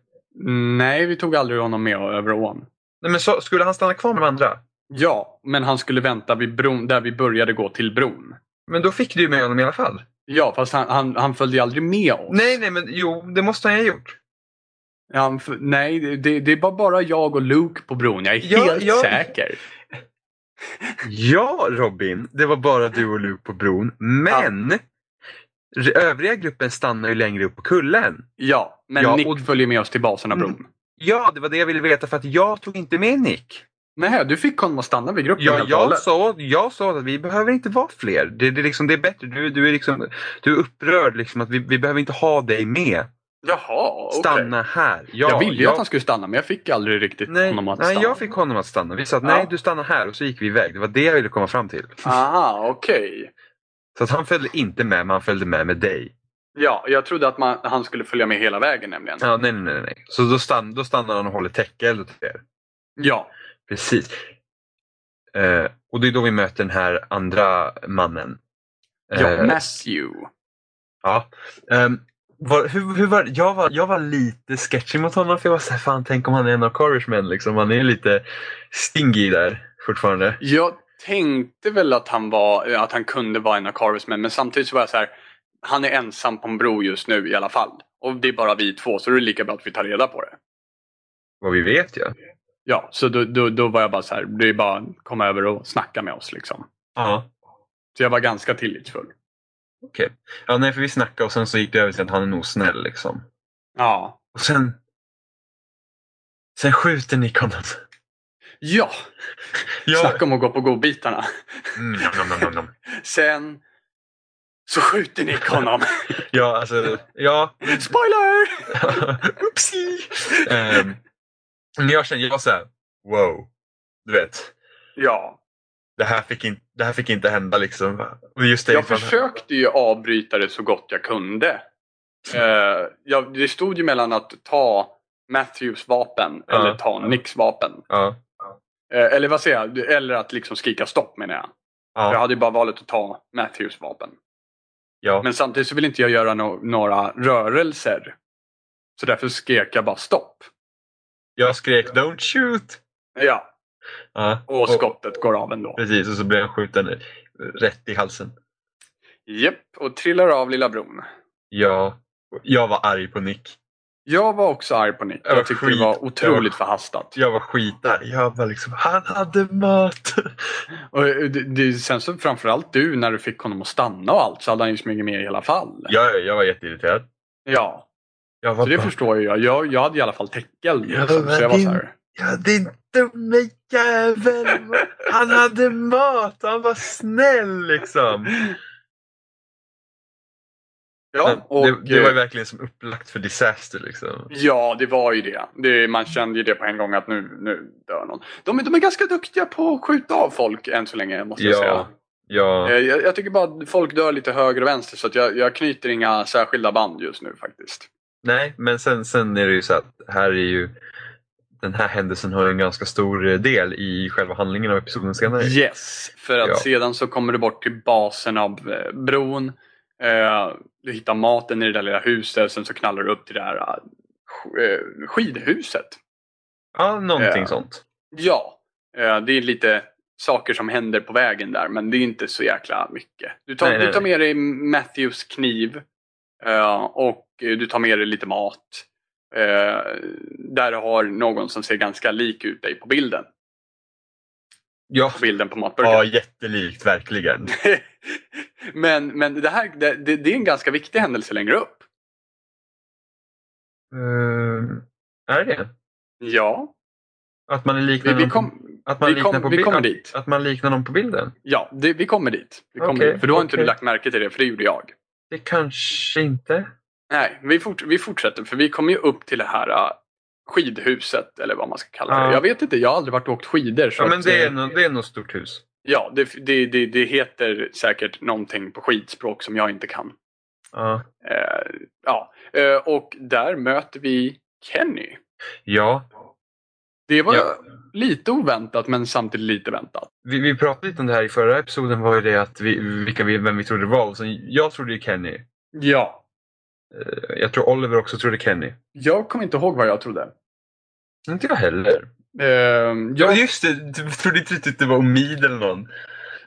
Speaker 1: Nej, vi tog aldrig honom med över ån.
Speaker 2: Nej, men så, skulle han stanna kvar med de andra?
Speaker 1: Ja, men han skulle vänta vid bron, där vi började gå till bron.
Speaker 2: Men då fick du ju med honom i alla fall.
Speaker 1: Ja, fast han, han, han följde ju aldrig med oss.
Speaker 2: Nej, nej, men jo, det måste han ju ha gjort.
Speaker 1: Han, f- nej det- det, det var bara jag och Luke på bron. Jag är
Speaker 2: Ja,
Speaker 1: helt
Speaker 2: ja.
Speaker 1: säker.
Speaker 2: Ja, Robin, det var bara du och Luke på bron. Men r- övriga gruppen stannar ju längre upp på kullen.
Speaker 1: Ja, men
Speaker 2: Ja,
Speaker 1: Nick
Speaker 2: och- Mm.
Speaker 1: följer med oss till basen av bron.
Speaker 2: Ja, det var det jag ville veta för att jag tog inte med Nick.
Speaker 1: Nej, du fick honom att stanna vid gruppen
Speaker 2: Ja,
Speaker 1: helt och
Speaker 2: jag,
Speaker 1: hållet.
Speaker 2: sa, jag sa att vi behöver inte vara fler. Det, det, är liksom, det är bättre. Du, du, är liksom, du är upprörd liksom att vi, vi behöver inte ha dig med.
Speaker 1: Jaha, okej.
Speaker 2: Stanna här. Ja,
Speaker 1: jag ville ju
Speaker 2: jag-
Speaker 1: att han skulle stanna, men jag fick aldrig riktigt
Speaker 2: nej,
Speaker 1: honom att
Speaker 2: nej,
Speaker 1: stanna.
Speaker 2: jag fick honom att stanna. Vi sa att
Speaker 1: Ja.
Speaker 2: nej, du stannar här och så gick vi iväg. Det var det jag ville komma fram till.
Speaker 1: Aha, okej.
Speaker 2: Så att han följde inte med, men han följde med med dig.
Speaker 1: Ja, jag trodde att man, han skulle följa med hela vägen nämligen.
Speaker 2: Ja, nej, nej, nej, nej. Så då, stann, då stannar han och håller täcke åt er.
Speaker 1: Ja,
Speaker 2: Precis. Eh, och det är då vi möter den här andra mannen.
Speaker 1: ja
Speaker 2: Eh,
Speaker 1: Matthew.
Speaker 2: Ja. Ehm, var, hur, hur var, jag, var, jag var lite sketchy mot honom för jag var såhär, fan tänk om han är en av Corers män liksom. Han är lite stingy där fortfarande.
Speaker 1: Jag tänkte väl att han, var, att han kunde vara en av Carvers män, men samtidigt så var jag så här. Han är ensam på en bro just nu i alla fall. Och det är bara vi två, så det är lika bra att vi tar reda på det.
Speaker 2: Vad vi vet ja.
Speaker 1: Ja, så då, då, då var jag bara så här. Det är bara att komma över och snacka med oss liksom.
Speaker 2: Ja.
Speaker 1: Så jag var ganska tillitsfull.
Speaker 2: Okej. Ja, nej för vi snackade och sen så gick det över till att han är nog snäll liksom.
Speaker 1: Ja.
Speaker 2: Och sen... Sen skjuter Nick honom.
Speaker 1: Ja, snacka om att gå på godbitarna.
Speaker 2: Mm, nom, nom, nom, nom.
Speaker 1: Sen så skjuter Nick honom.
Speaker 2: Ja, alltså, ja.
Speaker 1: Spoiler!
Speaker 2: Oopsie! Ehm, men jag känner, jag var såhär, wow. Du vet,
Speaker 1: Ja,
Speaker 2: det här fick, in, det här fick inte hända liksom. Och just det,
Speaker 1: jag
Speaker 2: ifall-
Speaker 1: försökte ju avbryta det så gott jag kunde.
Speaker 2: Mm.
Speaker 1: Eh, jag, det stod ju mellan att ta Matthews vapen
Speaker 2: Ja.
Speaker 1: eller ta Nicks vapen.
Speaker 2: Ja.
Speaker 1: Eh, eller vad säger jag? Eller att liksom skrika stopp menar jag. Jag
Speaker 2: Ja,
Speaker 1: hade ju bara valet att ta Matthews vapen.
Speaker 2: ja.
Speaker 1: Men samtidigt så vill inte jag göra no- några rörelser. Så därför skrek jag bara stopp.
Speaker 2: Jag skrek don't shoot!
Speaker 1: Ja,
Speaker 2: Ja.
Speaker 1: och skottet går av ändå.
Speaker 2: Precis, och så blev jag skjuten eh, rätt i halsen.
Speaker 1: Japp, och trillar av lilla bron.
Speaker 2: Ja. Jag var arg på Nick.
Speaker 1: Jag var också arg på Nick.
Speaker 2: Jag var
Speaker 1: Jag tyckte det var
Speaker 2: skit-
Speaker 1: otroligt förhastat.
Speaker 2: Jag var skitarg. Jag var liksom, han hade mat!
Speaker 1: Och eh, det, det, sen så framförallt du när du fick honom att stanna och allt så hade han ju smugit med i alla fall.
Speaker 2: Ja, jag var jätteirriterad.
Speaker 1: Ja,
Speaker 2: Jag var
Speaker 1: så det
Speaker 2: bara,
Speaker 1: förstår ju jag. jag. Jag hade i alla fall täckel.
Speaker 2: Ja,
Speaker 1: Liksom, så jag var
Speaker 2: men
Speaker 1: så här.
Speaker 2: Ja, din dumme jävel! Han hade mat han var snäll liksom.
Speaker 1: Ja, och, eh,
Speaker 2: det, det var ju verkligen som upplagt för disaster liksom.
Speaker 1: ja, det var ju det. det. Man kände ju det på en gång att nu, nu dör någon. De, de är ganska duktiga på att skjuta av folk än så länge måste jag
Speaker 2: Ja.
Speaker 1: säga.
Speaker 2: Ja,
Speaker 1: Eh, Jag, jag tycker bara att folk dör lite höger och vänster så att jag, jag knyter inga särskilda band just nu faktiskt.
Speaker 2: nej, men sen, sen är det ju så att här är ju den här händelsen har ju en ganska stor eh, del i själva handlingen av episoden senare.
Speaker 1: Yes, för att
Speaker 2: Ja.
Speaker 1: sedan så kommer du bort till basen av eh, bron. Eh, du hittar maten i det där lilla huset. Sen så knallar du upp till det här eh, sk- eh, skidhuset.
Speaker 2: Ja, någonting
Speaker 1: Ja.
Speaker 2: sånt.
Speaker 1: Ja, eh, det är lite saker som händer på vägen där. Men det är inte så jäkla mycket. Du tar,
Speaker 2: Nej, nej,
Speaker 1: du tar med dig Matthews kniv. eh, och eh, du tar med dig lite mat. Eh, där du har någon som ser ganska lik ut dig på bilden.
Speaker 2: Ja,
Speaker 1: På bilden på matburken.
Speaker 2: ja jättelikt verkligen.
Speaker 1: men, men det här det, det, det är en ganska viktig händelse längre upp.
Speaker 2: Ehm, är det
Speaker 1: Ja,
Speaker 2: Att man liknar
Speaker 1: vi, vi,
Speaker 2: någon-
Speaker 1: kom,
Speaker 2: att man
Speaker 1: vi,
Speaker 2: liknar
Speaker 1: kom,
Speaker 2: Mm. på
Speaker 1: vi
Speaker 2: bil-
Speaker 1: kommer
Speaker 2: att-
Speaker 1: dit.
Speaker 2: Att man liknar någon på bilden?
Speaker 1: Ja, det, vi kommer dit. Vi kommer
Speaker 2: Okej,
Speaker 1: dit. För då har inte
Speaker 2: okej.
Speaker 1: du lagt märke till det, för det gjorde jag.
Speaker 2: Det kanske inte.
Speaker 1: Nej, vi, fort, vi fortsätter. För vi kommer ju upp till det här äh, skidhuset, eller vad man ska kalla det.
Speaker 2: Ja.
Speaker 1: Jag vet inte, jag har aldrig varit och åkt skidor. Så
Speaker 2: Ja, men
Speaker 1: att,
Speaker 2: det är,
Speaker 1: eh,
Speaker 2: nog, det är nog stort hus.
Speaker 1: ja det, det, det, det heter säkert någonting på skidspråk som jag inte kan.
Speaker 2: Ja.
Speaker 1: Eh, ja. Eh, och där möter vi Kenny.
Speaker 2: ja.
Speaker 1: Det var
Speaker 2: Ja.
Speaker 1: lite oväntat men samtidigt lite väntat.
Speaker 2: Vi, vi pratade lite om det här i förra episoden, var ju det att vi, vilka vi, vem vi trodde det var. Och sen, jag trodde ju Kenny.
Speaker 1: Ja.
Speaker 2: Eh, Jag tror Oliver också trodde Kenny.
Speaker 1: Jag kommer inte ihåg vad jag trodde.
Speaker 2: Inte jag heller.
Speaker 1: Ehm,
Speaker 2: Ja,
Speaker 1: jag,
Speaker 2: just det. Du trodde inte riktigt det var Omid eller någon.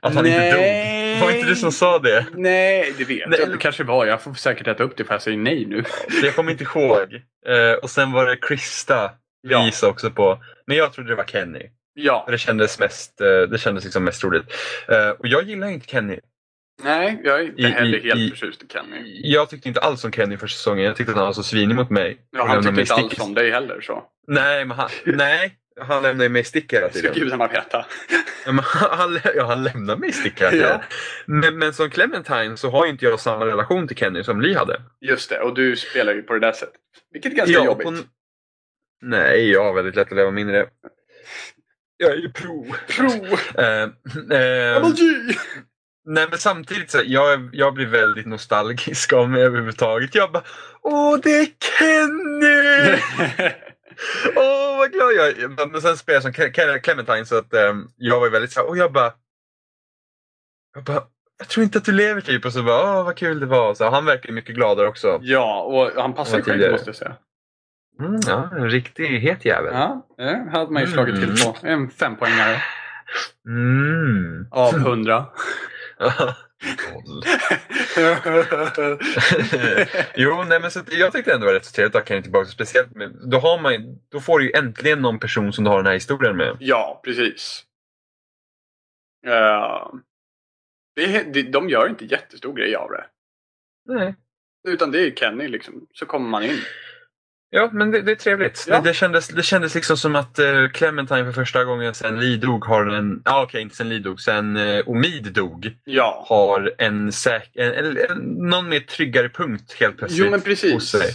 Speaker 2: Att han inte dog.
Speaker 1: Nej.
Speaker 2: Var inte du som sa det?
Speaker 1: Nej, det vet
Speaker 2: Nej,
Speaker 1: jag. Det
Speaker 2: eller-
Speaker 1: kanske var. Jag får säkert äta upp det för jag säger nej nu.
Speaker 2: Jag kommer inte ihåg. Eh, och sen var det Krista vi
Speaker 1: Ja.
Speaker 2: gissade också på. Men jag trodde det var Kenny.
Speaker 1: Ja.
Speaker 2: Det kändes, mest, eh, det kändes liksom mest roligt. Eh, och jag gillar inte Kenny.
Speaker 1: Nej, jag är inte
Speaker 2: I-
Speaker 1: heller
Speaker 2: i-
Speaker 1: helt
Speaker 2: i-
Speaker 1: förtjust i Kenny.
Speaker 2: Jag tyckte inte alls om Kenny första säsongen. Jag tyckte att han var så svinig mot mig.
Speaker 1: Ja,
Speaker 2: Och
Speaker 1: han
Speaker 2: lämnade
Speaker 1: tyckte
Speaker 2: mig
Speaker 1: inte
Speaker 2: i
Speaker 1: alls
Speaker 2: stick.
Speaker 1: om dig heller så.
Speaker 2: Nej, men han, nej, han lämnade mig i stick hela
Speaker 1: Ska
Speaker 2: tiden.
Speaker 1: gudarna veta.
Speaker 2: Ja, men han, ja, han lämnar mig i stick hela tiden.
Speaker 1: Ja.
Speaker 2: Men, men som Clementine så har ju inte jag samma relation till Kenny som Li hade.
Speaker 1: Just det, och du spelar ju på det där sättet. Vilket är ganska
Speaker 2: Ja,
Speaker 1: jobbigt.
Speaker 2: på n- Nej, jag har väldigt lätt att leva mindre. Jag är ju pro.
Speaker 1: Pro!
Speaker 2: Eh, eh,
Speaker 1: MLG!
Speaker 2: nej, men samtidigt så jag, jag blir väldigt nostalgisk av mig överhuvudtaget. Jag bara Åh, det är Kenny! Åh, vad glad jag är. Men sen spelade jag som Ke- Ke- Clementine så att ehm, jag var ju väldigt såhär, och jag bara, jag bara, jag tror inte att du lever typ. Och så bara, åh vad kul det var. Så han verkar ju mycket gladare också.
Speaker 1: ja, och han passar
Speaker 2: Vad
Speaker 1: ju själv
Speaker 2: tidigare.
Speaker 1: måste jag säga.
Speaker 2: Mm, ja, en riktig het jävel.
Speaker 1: Ja, det hade man ju slagit
Speaker 2: Mm.
Speaker 1: till på. En fempoängare
Speaker 2: Mm.
Speaker 1: av hundra.
Speaker 2: jo, nej, men så att jag tyckte ändå det var rätt så trevligt att ha Kenny tillbaka. Speciellt med, då, har man, ju- då får du ju äntligen någon person som du har den här historien med.
Speaker 1: ja, precis. Eh, det, det, de gör inte jättestor grej av det.
Speaker 2: Nej.
Speaker 1: Utan det är Kenny liksom. Så kommer man in.
Speaker 2: Ja, men det, det är trevligt.
Speaker 1: Ja.
Speaker 2: Det, det, kändes, det kändes liksom som att eh, Clementine för första gången sen Lee dog har en, ja ah, okej inte sen Lee dog, sen eh, Omid dog
Speaker 1: Ja.
Speaker 2: har en säker, en, en, en, någon mer tryggare punkt helt
Speaker 1: Jo
Speaker 2: plötsligt.
Speaker 1: men
Speaker 2: hos
Speaker 1: precis.
Speaker 2: dig.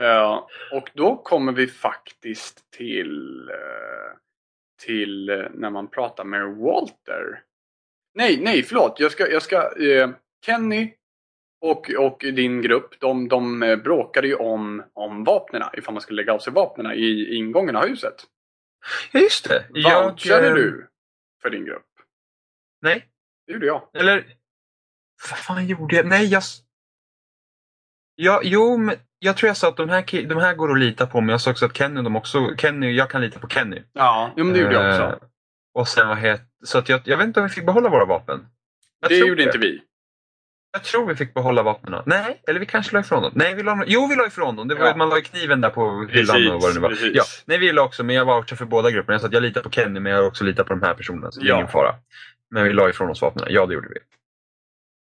Speaker 1: Ja, och då kommer vi faktiskt till, eh, till eh, när man pratar med Walter. Nej, nej förlåt. Jag ska, jag ska, eh, Kenny och, och din grupp, de, de eh, bråkade ju om, om vapnen, ifall man skulle lägga av sig vapnen i, i ingången av huset.
Speaker 2: Ja just det.
Speaker 1: Vouchade
Speaker 2: eh,
Speaker 1: du för din grupp?
Speaker 2: Nej,
Speaker 1: Det gjorde jag.
Speaker 2: eller vad fan gjorde jag? Nej jag... s- Ja, jo, men jag tror jag sa att de här, ki- de här går att lita på, men jag sa också att Kenny, och de också, Kenny, jag kan lita på Kenny.
Speaker 1: Ja, jo, men Mm, det gjorde jag
Speaker 2: Eh,
Speaker 1: också.
Speaker 2: Och sen vad het, så att jag, jag vet inte om vi fick behålla våra vapen. Jag
Speaker 1: Det
Speaker 2: tror
Speaker 1: gjorde inte vi.
Speaker 2: Jag tror vi fick behålla vapnen. Nej, eller vi kanske la ifrån dem. Nej, vi la, jo, vi la ifrån dem. Det var,
Speaker 1: Ja.
Speaker 2: Man la ju kniven där på hyllan och vad det nu var.
Speaker 1: precis.
Speaker 2: Ja, nej, vi la också, men jag vouchade för båda grupperna. Så att jag litar på Kenny, men jag har också litat på de här personerna. Så det är
Speaker 1: Ja.
Speaker 2: ingen fara. Men vi la ifrån oss vapnen. Ja, det gjorde vi.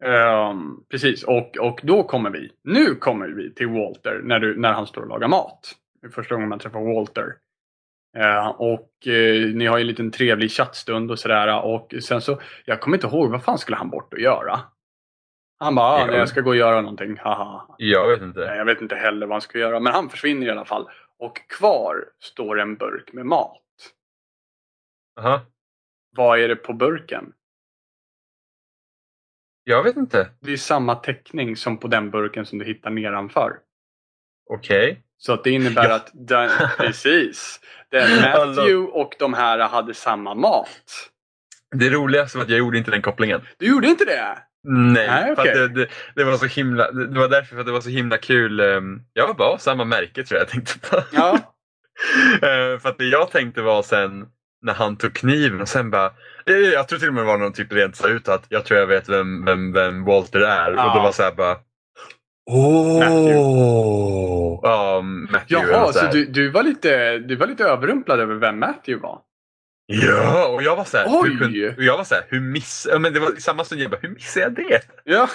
Speaker 1: Ehm, precis, och, och då kommer vi. Nu kommer vi till Walter när, du, när han står och lagar mat. Det är första gången man träffar Walter. Eh, och eh, ni har ju en liten trevlig chattstund och sådär. Och sen så, jag kommer inte ihåg, vad fan skulle han bort och göra? Han bara, ah,
Speaker 2: Ja.
Speaker 1: nej, jag ska gå och göra någonting, haha.
Speaker 2: Jag vet inte.
Speaker 1: Nej, Jag vet inte heller vad han ska göra, men han försvinner i alla fall. Och kvar står en burk med mat.
Speaker 2: Aha.
Speaker 1: Vad är det på burken?
Speaker 2: Jag vet inte.
Speaker 1: Det är samma teckning som på den burken som du hittar nedanför.
Speaker 2: Okej.
Speaker 1: Så att det innebär
Speaker 2: Ja.
Speaker 1: att den, precis. Den Matthew och de här hade samma mat.
Speaker 2: Det roligaste var att jag gjorde inte den kopplingen.
Speaker 1: Du gjorde inte det?
Speaker 2: Nej,
Speaker 1: Nej,
Speaker 2: för att
Speaker 1: okej.
Speaker 2: det, det, det var så himla... Det det var därför för att det var så himla kul. ehm, Jag var bara samma märke tror jag jag tänkte på.
Speaker 1: Ja.
Speaker 2: Eh, För att det jag tänkte var sen när han tog kniven och sen bara, eh, jag tror till och med det var någon typ rent så här ut att jag tror jag vet vem, vem, vem Walter är.
Speaker 1: Ja.
Speaker 2: Och då var så här bara, åh! Ja, Matthew. eller
Speaker 1: Jaha,
Speaker 2: så
Speaker 1: så
Speaker 2: här.
Speaker 1: du, du, var lite, du var lite överrumplad över vem Matthew var?
Speaker 2: Ja, och jag var så här,
Speaker 1: Oj!
Speaker 2: hur kunde, och jag var så här, hur miss, ja, men det var i samma stund jag bara, hur missade jag det?
Speaker 1: Ja,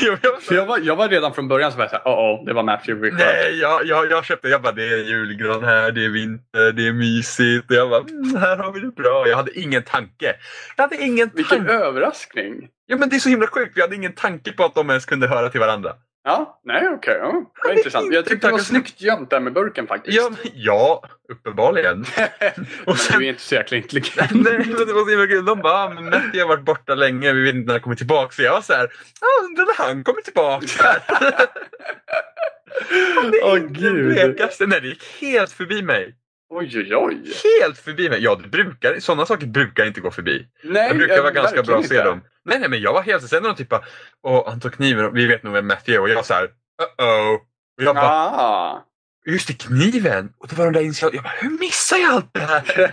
Speaker 2: jag, jag var så
Speaker 1: för
Speaker 2: här,
Speaker 1: jag var, jag var redan från början så var jag såhär, oh, oh, det var Matthew vi sköt.
Speaker 2: Nej, jag, jag, jag köpte, jag bara det är julgran här, det är vinter, det är mysigt. Och jag bara, mm, här har vi det bra. Jag hade ingen tanke. Jag hade ingen
Speaker 1: Vilken
Speaker 2: tanke.
Speaker 1: överraskning.
Speaker 2: Ja men det är så himla sjukt, vi hade ingen tanke på att de ens kunde höra till varandra.
Speaker 1: Ja, nej okej. ja. Det var
Speaker 2: Men
Speaker 1: intressant. Jag
Speaker 2: inte
Speaker 1: tyckte det var
Speaker 2: tack-
Speaker 1: snyggt gömt där med burken faktiskt.
Speaker 2: Ja, men- ja uppenbarligen.
Speaker 1: Men
Speaker 2: Och sen,
Speaker 1: du är inte så jäkla intelligent.
Speaker 2: nej, men det var så himla kul. De bara, ah, men Matti har varit borta länge, vi vet inte när han kommer tillbaka. Så jag var så här, ah, undrar när han kommer tillbaka. Det är
Speaker 1: Åh
Speaker 2: inte den
Speaker 1: gud.
Speaker 2: blekaste. Nej, det gick helt förbi mig.
Speaker 1: Oj, oj, oj.
Speaker 2: Helt förbi mig. Ja, det brukar, sådana saker brukar inte gå förbi.
Speaker 1: Nej,
Speaker 2: Jag brukar
Speaker 1: eh,
Speaker 2: vara ganska
Speaker 1: verkligen
Speaker 2: bra att se
Speaker 1: inte.
Speaker 2: dem. Nej, nej, men jag var helt... Sen när de typ bara, åh, han tog kniven, och vi vet nog vem Matti är. Och jag var så här, Uh-oh. Och jag bara,
Speaker 1: Ah.
Speaker 2: just det, kniven! Och det var de där initialen. Jag bara, hur missar jag allt det här?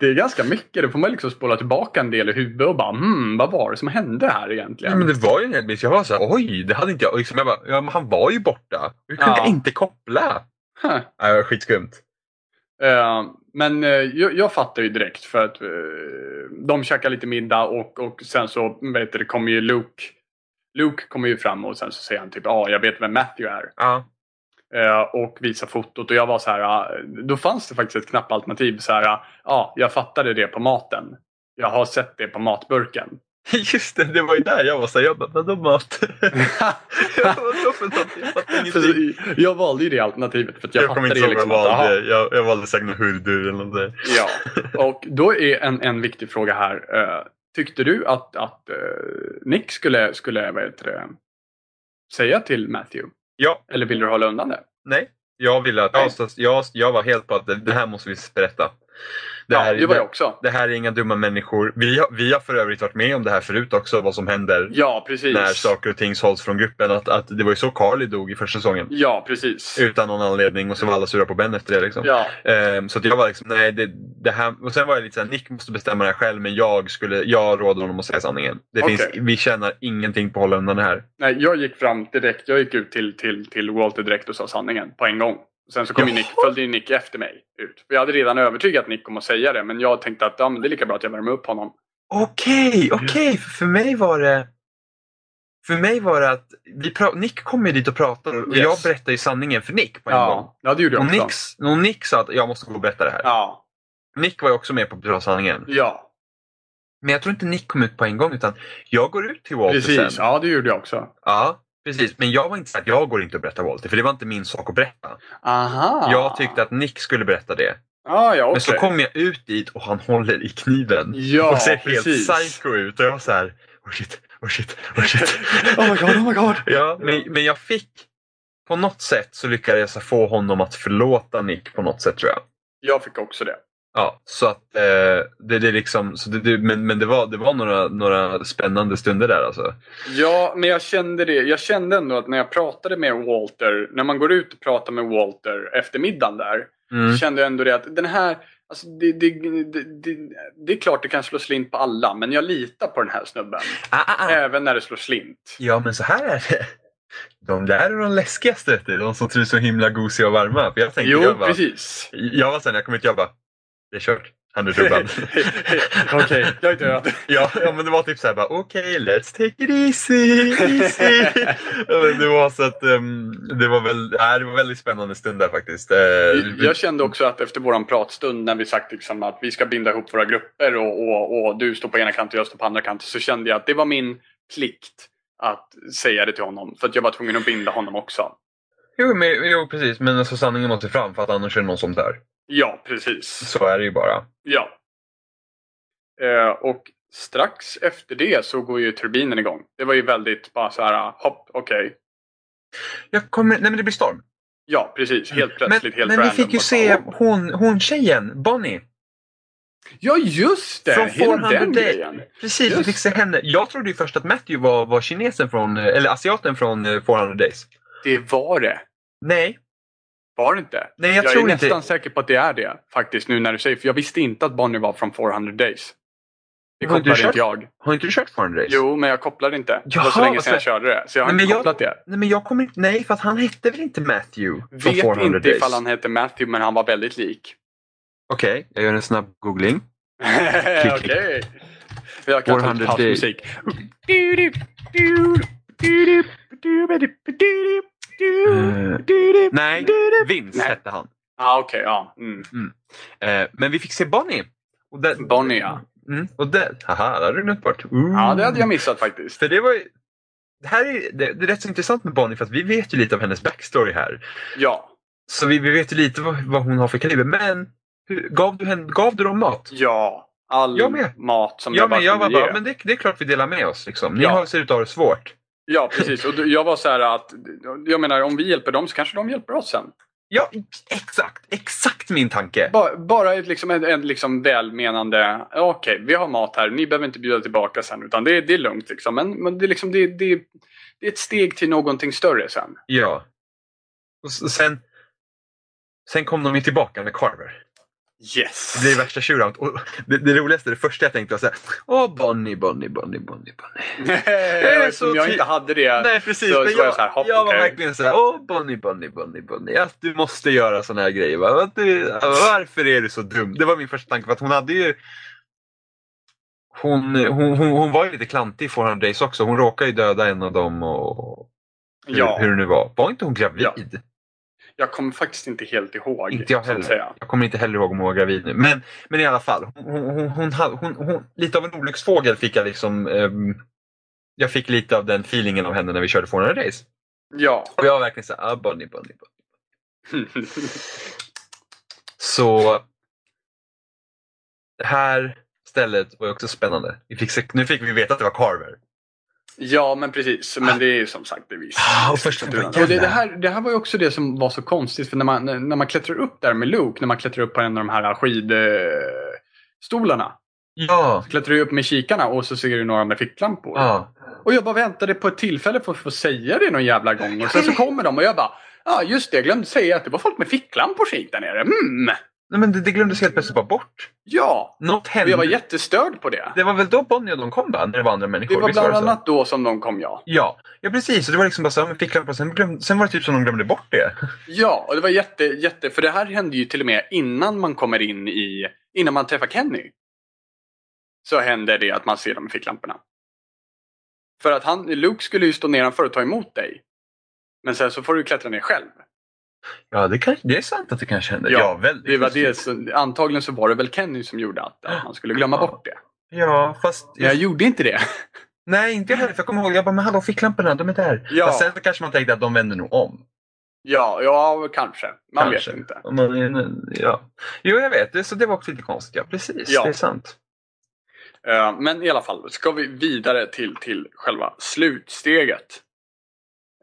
Speaker 1: Det är ganska mycket. Då får man liksom spola tillbaka en del i huvudet och bara hmm, vad var det som hände här egentligen?
Speaker 2: Ja, men det var ju en hel miss. Jag var så här, oj, det hade inte jag. Och Liksom, jag bara, ja, men han var ju borta. Hur kunde
Speaker 1: Ja.
Speaker 2: jag inte koppla?
Speaker 1: Huh.
Speaker 2: Ja, det var skitskumt.
Speaker 1: Eh, men eh, jag, jag fattar ju direkt för att eh, de käkar lite middag och, och sen så vet du, kommer ju Luke Luke kommer ju fram och sen så säger han typ ja, jag vet vem Matthew är.
Speaker 2: Ja.
Speaker 1: Eh, och visar fotot och jag var så här, ah, då fanns det faktiskt ett knappalternativ så här, ah, ja, jag fattade det på maten. Jag har sett det på matburken.
Speaker 2: Just det, det var ju där jag var så här, jag bara, vadå mat? jag bara, för något? Jag fattar ingenting.
Speaker 1: Precis, jag valde ju det alternativet för att jag,
Speaker 2: Jag kommer
Speaker 1: fattade
Speaker 2: inte
Speaker 1: det
Speaker 2: ihåg vad jag
Speaker 1: liksom att, aha,
Speaker 2: valde. Jag, jag valde säkert någon hurdur eller något där.
Speaker 1: ja. Och då är en, en viktig fråga här. eh, tyckte du att, att eh, Nick skulle, skulle vad heter det, säga till Matthew?
Speaker 2: Ja.
Speaker 1: Eller vill du hålla undan det?
Speaker 2: Nej, jag ville att...
Speaker 1: Nej.
Speaker 2: Jag, jag, jag var helt på att det, det här måste vi berätta. Det här,
Speaker 1: ja, det var jag också.
Speaker 2: det här är inga dumma människor. Vi har, vi har för övrigt varit med om det här förut också, vad som händer
Speaker 1: Ja, precis.
Speaker 2: när saker och ting såls från gruppen. Att, att det var ju så Carly dog i första säsongen.
Speaker 1: Ja, precis.
Speaker 2: Utan någon anledning och så var alla sura på Ben efter det. Liksom.
Speaker 1: Ja,
Speaker 2: Ehm, så att jag var liksom, nej det, det här. Och sen var jag lite såhär, Nick måste bestämma det här själv men jag, skulle, jag råder honom att säga sanningen. Det
Speaker 1: Okej.
Speaker 2: finns, vi tjänar ingenting på att hålla undan det här.
Speaker 1: nej, jag gick fram direkt. Jag gick ut till, till, till Walter direkt och sa sanningen på en gång. Sen så kom ju
Speaker 2: Jaha.
Speaker 1: Nick, följde ju Nick efter mig ut. För jag hade redan övertygat Nick om att säga det, men jag tänkte att ja, men det är lika bra att jag värmer upp honom.
Speaker 2: Okej, okej. För, för mig var det... För mig var det att vi pra- Nick kom ju dit och pratade och
Speaker 1: Yes.
Speaker 2: jag berättade ju sanningen för Nick på en gång.
Speaker 1: Ja, ja det gjorde jag
Speaker 2: Och
Speaker 1: också.
Speaker 2: Nick, s- och Nick sa att jag måste gå och berätta det här.
Speaker 1: Ja, Mm.
Speaker 2: Nick var ju också med på att berätta sanningen.
Speaker 1: ja.
Speaker 2: Men jag tror inte Nick kom ut på en gång utan jag går ut till Walter
Speaker 1: Precis,
Speaker 2: sen.
Speaker 1: ja det gjorde jag också.
Speaker 2: Ja, precis. Men jag var inte så att jag går inte och berättar Walter för det var inte min sak att berätta.
Speaker 1: Aha.
Speaker 2: Jag tyckte att Nick skulle berätta det.
Speaker 1: Ah, ja,
Speaker 2: Men så
Speaker 1: Ah. okej.
Speaker 2: kom jag ut dit och han håller i kniven.
Speaker 1: Ja,
Speaker 2: och ser helt
Speaker 1: precis.
Speaker 2: psycho ut och jag var så här, oh shit, oh shit, oh shit.
Speaker 1: Oh my god, oh my god.
Speaker 2: Ja, men, men jag fick... På något sätt så lyckades jag få honom att förlåta Nick på något sätt tror jag.
Speaker 1: Jag fick också det.
Speaker 2: Ja, så att eh, det, det är liksom... Så det, det, men men det var, det var några, några spännande stunder där alltså.
Speaker 1: Ja, men jag kände det. Jag kände ändå att när jag pratade med Walter, när man går ut och pratar med Walter efter middagen där,
Speaker 2: Mm.
Speaker 1: kände jag ändå det att den här, alltså det, det, det, det, det är klart det kan slå slint på alla, men jag litar på den här snubben.
Speaker 2: Ah, ah, ah.
Speaker 1: Även när det slår slint.
Speaker 2: Ja, men så här är det. De där är de läskigaste, vet du. de som tror så himla gosiga och varma. För jag tänkte,
Speaker 1: Jo,
Speaker 2: jag bara,
Speaker 1: precis.
Speaker 2: Jag var sen när jag kom ut, jag bara, det är kört. Han är dubbad.
Speaker 1: Okej, jag är död.
Speaker 2: Ja, ja, men det var typ såhär bara okej, let's take it easy, easy. Ja, men det var så att ehm, det var väl, nej, det var väldigt spännande stund där faktiskt. Eh, vi-
Speaker 1: Jag kände också att efter våran pratstund när vi sagt liksom att vi ska binda ihop våra grupper och, och, och du står på ena kanten och jag står på andra kanten så kände jag att det var min plikt att säga det till honom. För att jag var tvungen att binda honom också.
Speaker 2: jo, men, jo, precis, men alltså sanningen måste fram för att annars är det någon som dör.
Speaker 1: Ja, precis.
Speaker 2: Så är det ju bara.
Speaker 1: Ja. Eh, och strax efter det så går ju turbinen igång. Det var ju väldigt bara så här, hopp, okej.
Speaker 2: Jag kommer, nej men det blir storm.
Speaker 1: Ja, precis. Helt plötsligt,
Speaker 2: men
Speaker 1: helt
Speaker 2: men vi
Speaker 1: random.
Speaker 2: fick ju
Speaker 1: Och
Speaker 2: se
Speaker 1: bara,
Speaker 2: hon, hon tjejen, Bonnie.
Speaker 1: Ja, just det!
Speaker 2: Från
Speaker 1: Hela
Speaker 2: 400
Speaker 1: den
Speaker 2: Days.
Speaker 1: grejen.
Speaker 2: Precis, vi
Speaker 1: Just.
Speaker 2: fick se henne. Jag trodde ju först att Matthew var, var kinesen från, eh, eller asiaten från eh, 400 Days.
Speaker 1: Det var det.
Speaker 2: Nej,
Speaker 1: Var det inte?
Speaker 2: nej jag,
Speaker 1: Jag,
Speaker 2: tror
Speaker 1: är
Speaker 2: inte.
Speaker 1: nästan säker på att det är det faktiskt nu när du säger för jag visste inte att Bonnie var från 400 Days. Det
Speaker 2: Har du
Speaker 1: kopplade
Speaker 2: kört?
Speaker 1: inte jag.
Speaker 2: Har inte du kört 400 Days?
Speaker 1: Jo, men jag kopplade inte. det var så
Speaker 2: Jaha,
Speaker 1: länge sedan jag
Speaker 2: varför?
Speaker 1: körde det. Så jag har
Speaker 2: Nej, men
Speaker 1: inte
Speaker 2: jag-
Speaker 1: kopplat det.
Speaker 2: Nej, men jag kommer inte... Nej, för att han hette väl inte Matthew? från
Speaker 1: Vet
Speaker 2: 400
Speaker 1: inte
Speaker 2: Days?
Speaker 1: ifall han hette Matthew, men han var väldigt lik.
Speaker 2: Okej, jag gör en snabb googling.
Speaker 1: Okej. Jag kan ta
Speaker 2: 400
Speaker 1: lite pausmusik.
Speaker 2: Eh, nej, Vince
Speaker 1: Nej.
Speaker 2: hette han.
Speaker 1: Ah, Okej, ja. Mm.
Speaker 2: Eh, men vi fick se Bonnie. Och där,
Speaker 1: Bonnie, ja.
Speaker 2: Mm, och där... Haha, där hade du glömt bort. Ooh.
Speaker 1: Ja, det hade jag missat faktiskt.
Speaker 2: För det var ju... Det här är, det, det är rätt så intressant med Bonnie för att vi vet ju lite av hennes backstory här.
Speaker 1: Ja.
Speaker 2: Så vi, vi vet ju lite vad, vad hon har för kaliber. Men hur, gav, du henne, gav du dem mat?
Speaker 1: Ja. All
Speaker 2: Jag med.
Speaker 1: mat som
Speaker 2: Ja,
Speaker 1: jag bara
Speaker 2: men jag var
Speaker 1: kunde ge.
Speaker 2: bara, men det, det är klart vi delar med oss. Liksom. Ni
Speaker 1: Ja.
Speaker 2: har, ser ut att ha det svårt.
Speaker 1: Ja, precis. Och då- jag var så här att, jag menar om vi hjälper dem så kanske de hjälper oss sen.
Speaker 2: Ja, exakt! Exakt min tanke!
Speaker 1: Bara, bara ett, liksom, en, en liksom välmenande, "Ja, okej, vi har mat här, ni behöver inte bjuda tillbaka sen, utan det, är- det är lugnt. Liksom. Men, men det, är liksom, det, är- det, är- det är ett steg till någonting större sen.
Speaker 2: Ja. Och s- sen, sen kom de ju tillbaka med Carver.
Speaker 1: Yes!
Speaker 2: Det är värsta tjurhand. Och det, det roligaste, det första jag tänkte var såhär. Åh, Bonnie, Bonnie, Bonnie, Bonnie, Bonnie. är
Speaker 1: Nej,
Speaker 2: så
Speaker 1: som jag
Speaker 2: ty-
Speaker 1: inte hade det.
Speaker 2: Nej, precis.
Speaker 1: så-
Speaker 2: men
Speaker 1: så var
Speaker 2: jag,
Speaker 1: jag så här, hopp,
Speaker 2: jag var
Speaker 1: okej.
Speaker 2: verkligen såhär. Åh, Bonnie, Bonnie, Bonnie, Bonnie. Att du måste göra såna här grejer. Va? Att du, varför är du så dum? Det var min första tanke. För att hon hade ju... Hon, hon, hon, hon var ju lite klantig i Forehand Race också. Hon råkade ju döda en av dem och hur,
Speaker 1: Ja,
Speaker 2: hur det nu var. Var inte hon gravid?
Speaker 1: jag kommer faktiskt inte helt ihåg.
Speaker 2: Inte jag
Speaker 1: så att
Speaker 2: heller.
Speaker 1: säga.
Speaker 2: Jag kommer inte heller ihåg om hon var gravid nu. Men, men i alla fall. Hon, hon, hon, hon, hade- hon, hon, lite av en olycksfågel fick jag liksom. ehm, jag fick lite av den feelingen av henne när vi körde Forehand Race.
Speaker 1: Ja.
Speaker 2: Och jag var verkligen såhär, ah, Bonnie, Bonnie, Bonnie. Så det här stället var ju också spännande. Vi fick, se- nu fick vi veta att det var Carver.
Speaker 1: ja, men precis. Men det är ju som sagt bevis.
Speaker 2: Ah, och först-
Speaker 1: och det, det, här, det här var ju också det som var så konstigt. För när man, när man klättrar upp där med Luke, när man klättrar upp på en av de här skidstolarna.
Speaker 2: Ja.
Speaker 1: Klättrar ju upp med kikarna och så ser du några med ficklampor.
Speaker 2: ja.
Speaker 1: Och jag bara väntade på ett tillfälle för att få säga det någon jävla gång. Och sen så kommer de och jag bara, ja ah, just det, jag glömde säga att det var folk med ficklampor som gick där nere. Mm.
Speaker 2: Nej, men det, det glömdes helt plötsligt bara bort.
Speaker 1: Ja,
Speaker 2: Något
Speaker 1: och
Speaker 2: hände.
Speaker 1: jag var jättestörd på det.
Speaker 2: Det alltså. var väl då Bonnie och de kom va? När det var andra
Speaker 1: Det
Speaker 2: människor?
Speaker 1: var
Speaker 2: Visst var
Speaker 1: bland
Speaker 2: det så?
Speaker 1: annat då som de kom, ja.
Speaker 2: Ja. ja, precis. Och det var liksom bara så, här, men ficklampor. Sen, glöm, sen var det typ som de glömde bort det.
Speaker 1: Ja, och det var jätte, jätte, för det här hände ju till och med innan man kommer in i, innan man träffar Kenny. Så händer det att man ser de ficklamporna. För att han, Luke skulle ju stå nedanför och ta emot dig. Men sen så får du klättra ner själv.
Speaker 2: Ja, det, kan, det är sant att det kanske hände.
Speaker 1: Ja,
Speaker 2: Ja, väldigt.
Speaker 1: Det var det,
Speaker 2: lustigt.
Speaker 1: som- antagligen så var det väl Kenny som gjorde att, att man skulle glömma bort det.
Speaker 2: Ja, fast...
Speaker 1: Men jag gjorde inte det.
Speaker 2: Nej, inte jag heller. För jag kommer ihåg, jag bara, men hallå, ficklamporna, de är där.
Speaker 1: Ja.
Speaker 2: Fast sen så kanske man tänkte att de vänder nog om.
Speaker 1: Ja, ja kanske. Man
Speaker 2: Kanske.
Speaker 1: vet inte.
Speaker 2: Om Man, är- ja. Jo, jag vet. Det, så det var också lite konstigt. Ja. Precis,
Speaker 1: Ja.
Speaker 2: det är sant.
Speaker 1: Eh, Men i alla fall, ska vi vidare till, till själva slutsteget.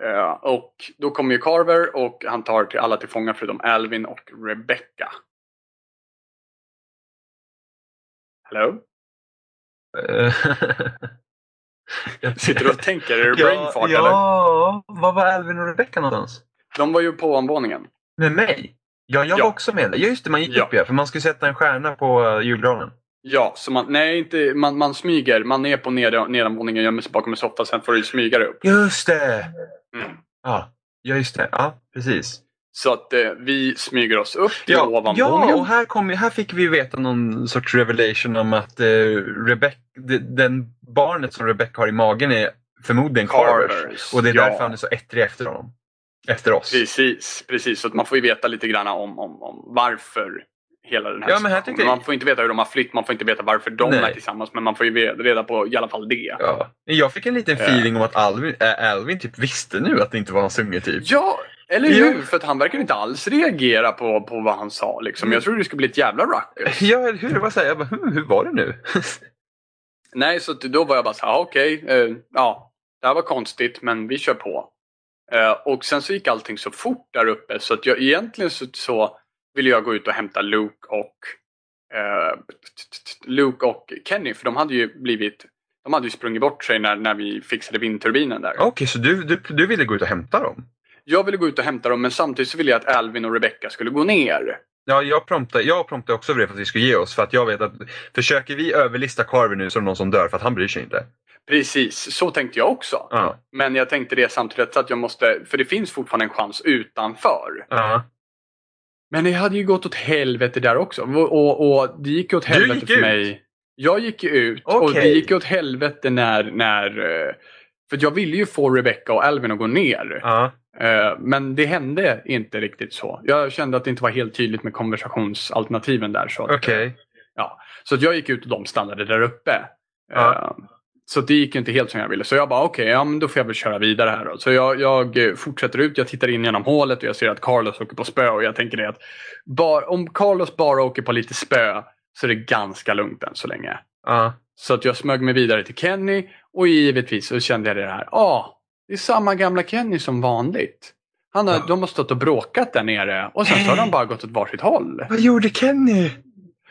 Speaker 1: Eh, Och då kommer ju Carver och han tar till alla till fånga förutom Alvin och Rebecca. Hello?
Speaker 2: Eh, jag-
Speaker 1: Sitter du och tänker? Är det brain fart
Speaker 2: ja,
Speaker 1: eller?
Speaker 2: Ja, var var Alvin och Rebecca någonstans?
Speaker 1: De var ju på omvåningen.
Speaker 2: Med mig? Ja, jag
Speaker 1: Ja.
Speaker 2: var också med. där. Ja, just det. Man gick
Speaker 1: Ja.
Speaker 2: upp ja, för man skulle sätta en stjärna på eh, julgranen.
Speaker 1: Ja, så man, nej, inte, man, man smyger. Man är på ned, nedanvåningen, gömmer sig bakom en soffa, sen får du smyga dig upp.
Speaker 2: Just det!
Speaker 1: Mm.
Speaker 2: Ja, ja just det. Ja, precis.
Speaker 1: Så att eh, vi smyger oss upp till
Speaker 2: Ja, ja
Speaker 1: ovanvåningen.
Speaker 2: och här, kom, ju- här fick vi veta någon sorts revelation om att eh, Rebecca, de- den barnet som Rebecca har i magen är förmodligen Carvers.
Speaker 1: Carvers.
Speaker 2: Och det är
Speaker 1: ja,
Speaker 2: därför han är så ettrig efter honom. Efter oss.
Speaker 1: Precis, precis. Så att man får ju veta lite grann om, om, om varför hela den här
Speaker 2: Ja, men här
Speaker 1: situationen.
Speaker 2: tycker jag-
Speaker 1: Man får inte veta hur de har flytt, man får inte veta varför de
Speaker 2: Nej.
Speaker 1: är tillsammans. Men man får ju ve- reda på i alla fall det.
Speaker 2: Ja. Jag fick en liten
Speaker 1: Ja.
Speaker 2: feeling om att Alvin, äh, Alvin typ visste nu att det inte var hans unge typ.
Speaker 1: Ja, eller
Speaker 2: Ja.
Speaker 1: hur? För att han verkar inte alls reagera på, på vad han sa. Liksom.
Speaker 2: Mm.
Speaker 1: Jag trodde det skulle bli ett jävla ruckus.
Speaker 2: Ja, eller hur? Det var så här, jag bara, hm, hur var det nu?
Speaker 1: Nej, så att då var jag bara så här, "Ah, okej, eh, ja, det här var konstigt, men vi kör på. Eh, och sen så gick allting så fort där uppe så att jag egentligen så, så ville jag gå ut och hämta Luke och eh, Luke och Kenny, för de hade ju blivit, de hade ju sprungit bort sig när, när vi fixade vindturbinen där.
Speaker 2: Okej, så du, du, du ville gå ut och hämta dem?
Speaker 1: Jag ville gå ut och hämta dem, men samtidigt så ville jag att Alvin och Rebecca skulle gå ner.
Speaker 2: Ja, jag promptade, jag promptade också för det för att vi skulle ge oss. För att jag vet att försöker vi överlista Carver nu så är det någon som dör för att han bryr sig inte.
Speaker 1: Precis, så tänkte jag också.
Speaker 2: Ja.
Speaker 1: Men jag tänkte det samtidigt att jag måste, för det finns fortfarande en chans utanför.
Speaker 2: Ja.
Speaker 1: Men det hade ju gått åt helvete där också. Och, och, och det gick ju åt
Speaker 2: Du
Speaker 1: helvete
Speaker 2: gick
Speaker 1: för
Speaker 2: ut?
Speaker 1: mig. Jag gick ju ut och
Speaker 2: Okej.
Speaker 1: det gick ju åt helvete när, när... eh, För jag ville ju få Rebecca och Alvin att gå ner.
Speaker 2: ja.
Speaker 1: Eh, Men det hände inte riktigt så. Jag kände att det inte var helt tydligt med konversationsalternativen där. Så att,
Speaker 2: Okej.
Speaker 1: så att jag gick ut och de stannade där uppe.
Speaker 2: Ja.
Speaker 1: Eh, Så att det gick ju inte helt som jag ville. Så jag bara okej, ja, men då får jag väl köra vidare här då. Så jag, jag eh, fortsätter ut, jag tittar in genom hålet och jag ser att Carlos åker på spö och jag tänker det att bar, om Carlos bara åker på lite spö så är det ganska lugnt än så länge.
Speaker 2: Ja.
Speaker 1: Så att jag smög mig vidare till Kenny och givetvis så kände jag det här. Ja, ah, det är samma gamla Kenny som vanligt. Han har,
Speaker 2: Ja.
Speaker 1: de har stått och bråkat där nere och sen så har de bara gått åt varsitt håll.
Speaker 2: Vad gjorde Kenny?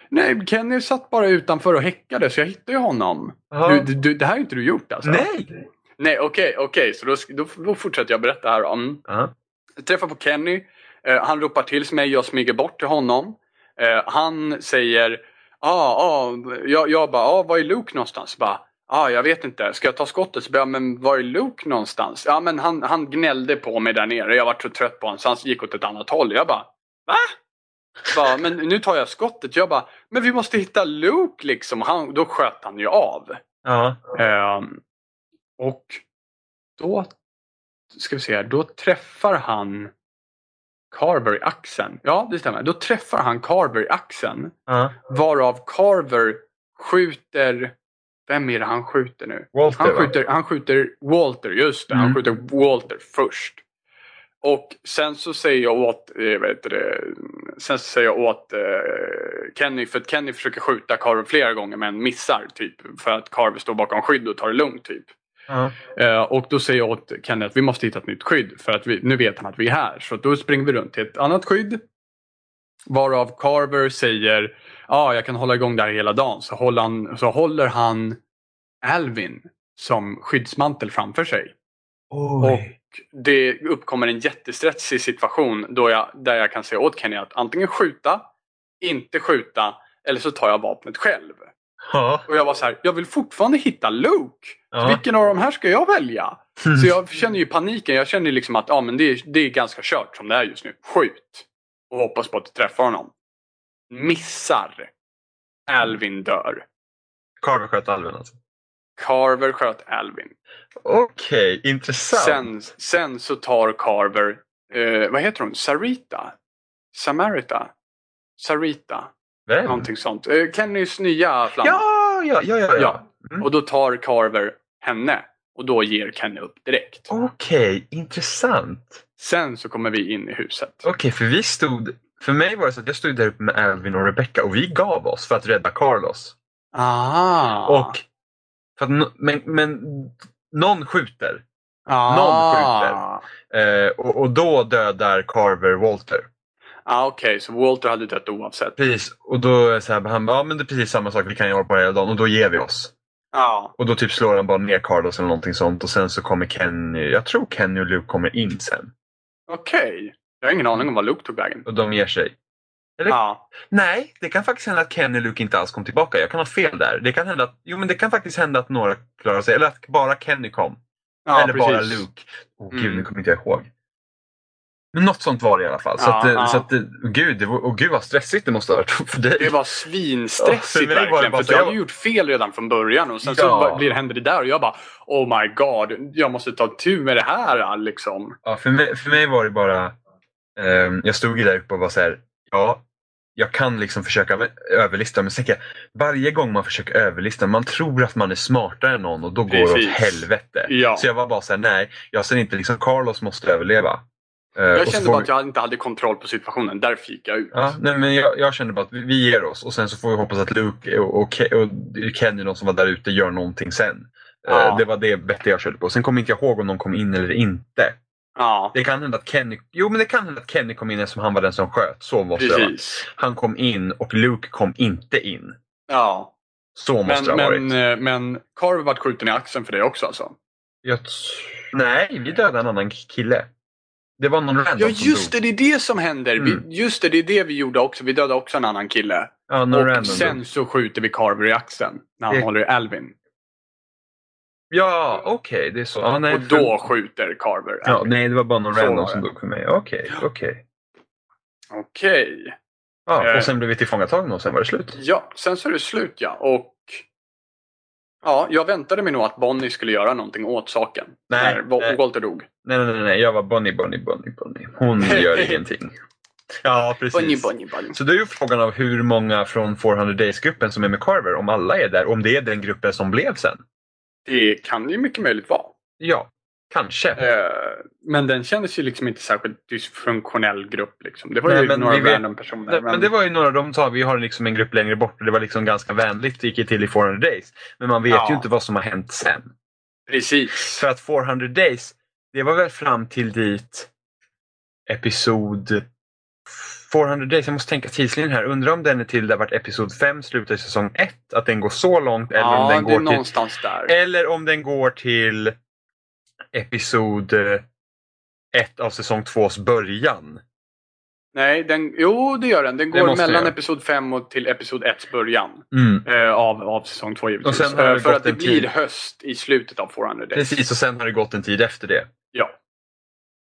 Speaker 1: Nej, Kenny satt bara utanför och häckade så jag hittade ju honom.
Speaker 2: Ja.
Speaker 1: Du, du, det här har ju inte du gjort alltså?
Speaker 2: Nej!
Speaker 1: Nej, okej, okej. Så då, sk- då, då Mm. fortsätter jag berätta här. om.
Speaker 2: Ja.
Speaker 1: Jag träffar på Kenny. Eh, han ropar tills mig. Jag smyger bort till honom. Eh, han säger... Ah, ah, jag, jag bara, ah, var är Luke någonstans? Bara, ah, jag vet inte. Ska jag ta skottet? Så bara, men var är Luke någonstans? Ja, men han, han gnällde på mig där nere. Jag var så trött på honom så han gick åt ett annat håll. Jag bara, va? Bara, men nu tar jag skottet. Jag bara, men vi måste hitta Luke liksom. Han, då sköt han ju av.
Speaker 2: Ja.
Speaker 1: Ehm, och då ska vi se här, då träffar han Carver i axeln. Ja, det stämmer. Då träffar han Carver i axeln.
Speaker 2: ja.
Speaker 1: Varav Carver skjuter... Vem är det han skjuter nu?
Speaker 2: Walter,
Speaker 1: Han
Speaker 2: va?
Speaker 1: skjuter, han skjuter Walter, just det. Han
Speaker 2: Mm.
Speaker 1: skjuter Walter först. Och sen så säger jag åt, eh, vad heter det, sen så säger jag åt eh, Kenny, för att Kenny försöker skjuta Carver flera gånger men missar typ. För att Carver står bakom skydd och tar det lugnt typ.
Speaker 2: Ja.
Speaker 1: Eh, och då säger jag åt Kenny att vi måste hitta ett nytt skydd för att vi, nu vet han att vi är här. Så då springer vi runt till ett annat skydd. Varav Carver säger ja, jag kan hålla igång där hela dagen. Så håller, han, så håller han Alvin som skyddsmantel framför sig.
Speaker 2: Oj.
Speaker 1: Det uppkommer en jättestressig situation då jag, där jag kan säga åt Kenny att antingen skjuta, inte skjuta eller så tar jag vapnet själv.
Speaker 2: Ja.
Speaker 1: Och jag var så här, jag vill fortfarande hitta Luke.
Speaker 2: Ja.
Speaker 1: Vilken av de här ska jag välja?
Speaker 2: Mm.
Speaker 1: Så jag känner ju paniken. Jag känner ju liksom att ja, men det, är, det är ganska kört som det är just nu. Skjut! Och hoppas på att träffa honom. Missar. Alvin dör.
Speaker 2: Carver sköt alven alltså.
Speaker 1: Carver sköt Alvin.
Speaker 2: Okej, intressant.
Speaker 1: Sen, sen så tar Carver, eh, vad heter hon? Sarita? Samarita? Sarita?
Speaker 2: Vem?
Speaker 1: Någonting sånt. Eh, Kennys nya flamma.
Speaker 2: Mm. Ja, ja, ja, ja. ja.
Speaker 1: Ja.
Speaker 2: Mm.
Speaker 1: Och då tar Carver henne. Och då ger Kenny upp direkt.
Speaker 2: Okej, intressant.
Speaker 1: Sen så kommer vi in i huset.
Speaker 2: Okej, för vi stod... För mig var det så att jag stod där uppe med Alvin och Rebecca och vi gav oss för att rädda Carlos.
Speaker 1: Ah.
Speaker 2: Och... För att, no- men, men någon skjuter.
Speaker 1: ah.
Speaker 2: någon Eh, och, och då dödar Carver Walter.
Speaker 1: Ah, Okej, så Walter hade dött oavsett.
Speaker 2: Precis. Och då är det så här, han bara, ja men det är precis samma sak, vi kan ju hålla på hela dagen. Och då ger vi oss.
Speaker 1: Ja.
Speaker 2: Och då typ slår han bara ner Carlos eller någonting sånt. Och sen så kommer Kenny, jag tror Kenny och Luke kommer in sen.
Speaker 1: Okej. Jag har ingen aning om var Luke tog vägen.
Speaker 2: Och de ger sig. Eller?
Speaker 1: Ja.
Speaker 2: Nej, det kan faktiskt hända att Kenny och Luke inte alls kom tillbaka. Jag kan ha fel där. Det kan, hända att, jo, men det kan faktiskt hända att några klarar sig. Eller att bara Kenny kom.
Speaker 1: ja
Speaker 2: eller bara
Speaker 1: precis.
Speaker 2: Luke. Åh
Speaker 1: Mm.
Speaker 2: gud, nu kommer inte jag ihåg. Men något sånt var det i alla fall. så
Speaker 1: Ja,
Speaker 2: att, eh,
Speaker 1: ja.
Speaker 2: Så att, eh, gud, det var, och gud vad stressigt det måste ha varit för dig.
Speaker 1: Det var
Speaker 2: Ja, för
Speaker 1: svinstressigt
Speaker 2: mig var det
Speaker 1: verkligen.
Speaker 2: bara
Speaker 1: För
Speaker 2: så
Speaker 1: jag
Speaker 2: jag
Speaker 1: hade
Speaker 2: var-
Speaker 1: gjort fel redan från början och sen så
Speaker 2: Ja.
Speaker 1: bara blir, händer det där och jag bara Oh my god, jag måste ta tur med det här liksom.
Speaker 2: Ja, för, mig, för mig var det bara... ehm, jag stod ju där uppe och var så här, ja, jag kan liksom försöka med- överlista. Men sen tänker jag, varje gång man försöker överlista, man tror att man är smartare än någon och då går det
Speaker 1: Precis.
Speaker 2: åt helvete.
Speaker 1: Ja.
Speaker 2: Så jag var bara så här, nej, jag ser inte liksom, Carlos måste överleva. Eh, och
Speaker 1: Jag
Speaker 2: så
Speaker 1: kände
Speaker 2: får
Speaker 1: bara
Speaker 2: vi-
Speaker 1: att jag inte hade kontroll på situationen. Därför gick jag ut.
Speaker 2: Ja, nej, men jag, jag kände bara att vi, vi ger oss och sen så får vi hoppas att Luke och, och, Ke- och Kenny, de som var där ute, gör någonting sen. Eh,
Speaker 1: Ja.
Speaker 2: Det var det bättre jag körde på. Sen kommer inte jag ihåg om de kom in eller inte.
Speaker 1: Ja,
Speaker 2: Det kan hända att Kenny, jo men det kan hända att Kenny kom in eftersom han var den som sköt. Så måste det vara.
Speaker 1: precis.
Speaker 2: Han kom in och Luke kom inte in.
Speaker 1: Ja.
Speaker 2: Så
Speaker 1: Men,
Speaker 2: måste det ha
Speaker 1: men,
Speaker 2: varit.
Speaker 1: eh, men Carver vart skjuten i axeln för det också alltså?
Speaker 2: Jag t- nej, vi dödade en annan kille. Det var någon random
Speaker 1: Ja
Speaker 2: som
Speaker 1: just det,
Speaker 2: dog.
Speaker 1: det är det som händer.
Speaker 2: Mm.
Speaker 1: Vi, just det, det är det vi gjorde också. Vi dödade också en annan kille.
Speaker 2: Ja, någon random
Speaker 1: Och
Speaker 2: dog.
Speaker 1: sen så skjuter vi Carver i axeln när han
Speaker 2: Det-
Speaker 1: håller i Alvin.
Speaker 2: Ja, okej, det är så. Ja, nej,
Speaker 1: Och
Speaker 2: för-
Speaker 1: då skjuter Carver
Speaker 2: Ja,
Speaker 1: Alvin.
Speaker 2: nej, det var bara någon
Speaker 1: Så var
Speaker 2: random
Speaker 1: det.
Speaker 2: som dog för mig. Okej, okej.
Speaker 1: Okej.
Speaker 2: Ja,
Speaker 1: Eh.
Speaker 2: och sen blev vi tillfångatagna och sen var det slut.
Speaker 1: Ja, sen så är det slut ja. Och ja, jag väntade mig nog att Bonnie skulle göra någonting åt saken.
Speaker 2: Nej,
Speaker 1: När Wa-
Speaker 2: nej.
Speaker 1: Walter dog.
Speaker 2: Nej, nej, nej, nej. Jag var Bonnie, Bonnie, Bonnie, Bonnie. Hon gör ingenting. Ja, precis.
Speaker 1: Bonnie, Bonnie, Bonnie.
Speaker 2: Så det är ju frågan av hur många från 400 Days-gruppen som är med Carver, om alla är där, om det är den gruppen som blev sen.
Speaker 1: Det kan ju mycket möjligt vara.
Speaker 2: Ja, kanske.
Speaker 1: Eh, Men den kändes ju liksom inte särskilt dysfunktionell grupp liksom. Det var
Speaker 2: Nej,
Speaker 1: ju
Speaker 2: men
Speaker 1: några
Speaker 2: vi vet-
Speaker 1: random personer.
Speaker 2: Nej, men
Speaker 1: men-
Speaker 2: det var ju några, de sa vi har liksom en grupp längre bort och det var liksom ganska vänligt, det gick ju till i 400 Days. Men man vet
Speaker 1: Ja.
Speaker 2: ju inte vad som har hänt sen.
Speaker 1: Precis.
Speaker 2: För att 400 Days, det var väl fram till dit episod 400 Days, jag måste tänka tidslinjen här. Undrar om den är till där vart episod 5 slutar i säsong 1, att den går så långt eller om
Speaker 1: ja,
Speaker 2: den
Speaker 1: det är
Speaker 2: går till
Speaker 1: någonstans där.
Speaker 2: eller om den går till episod eh, ett av säsong tvås början.
Speaker 1: Nej, den, jo det gör den. Den
Speaker 2: Det
Speaker 1: går
Speaker 2: måste den
Speaker 1: mellan
Speaker 2: göra.
Speaker 1: episod 5 och till episod 1 början.
Speaker 2: Mm.
Speaker 1: Eh, av, av säsong 2 givetvis.
Speaker 2: Och sen har det
Speaker 1: Eh, för
Speaker 2: gått
Speaker 1: att det
Speaker 2: en
Speaker 1: blir
Speaker 2: tid.
Speaker 1: höst i slutet av 400 Days.
Speaker 2: Precis, och sen har det gått en tid efter det.
Speaker 1: Ja.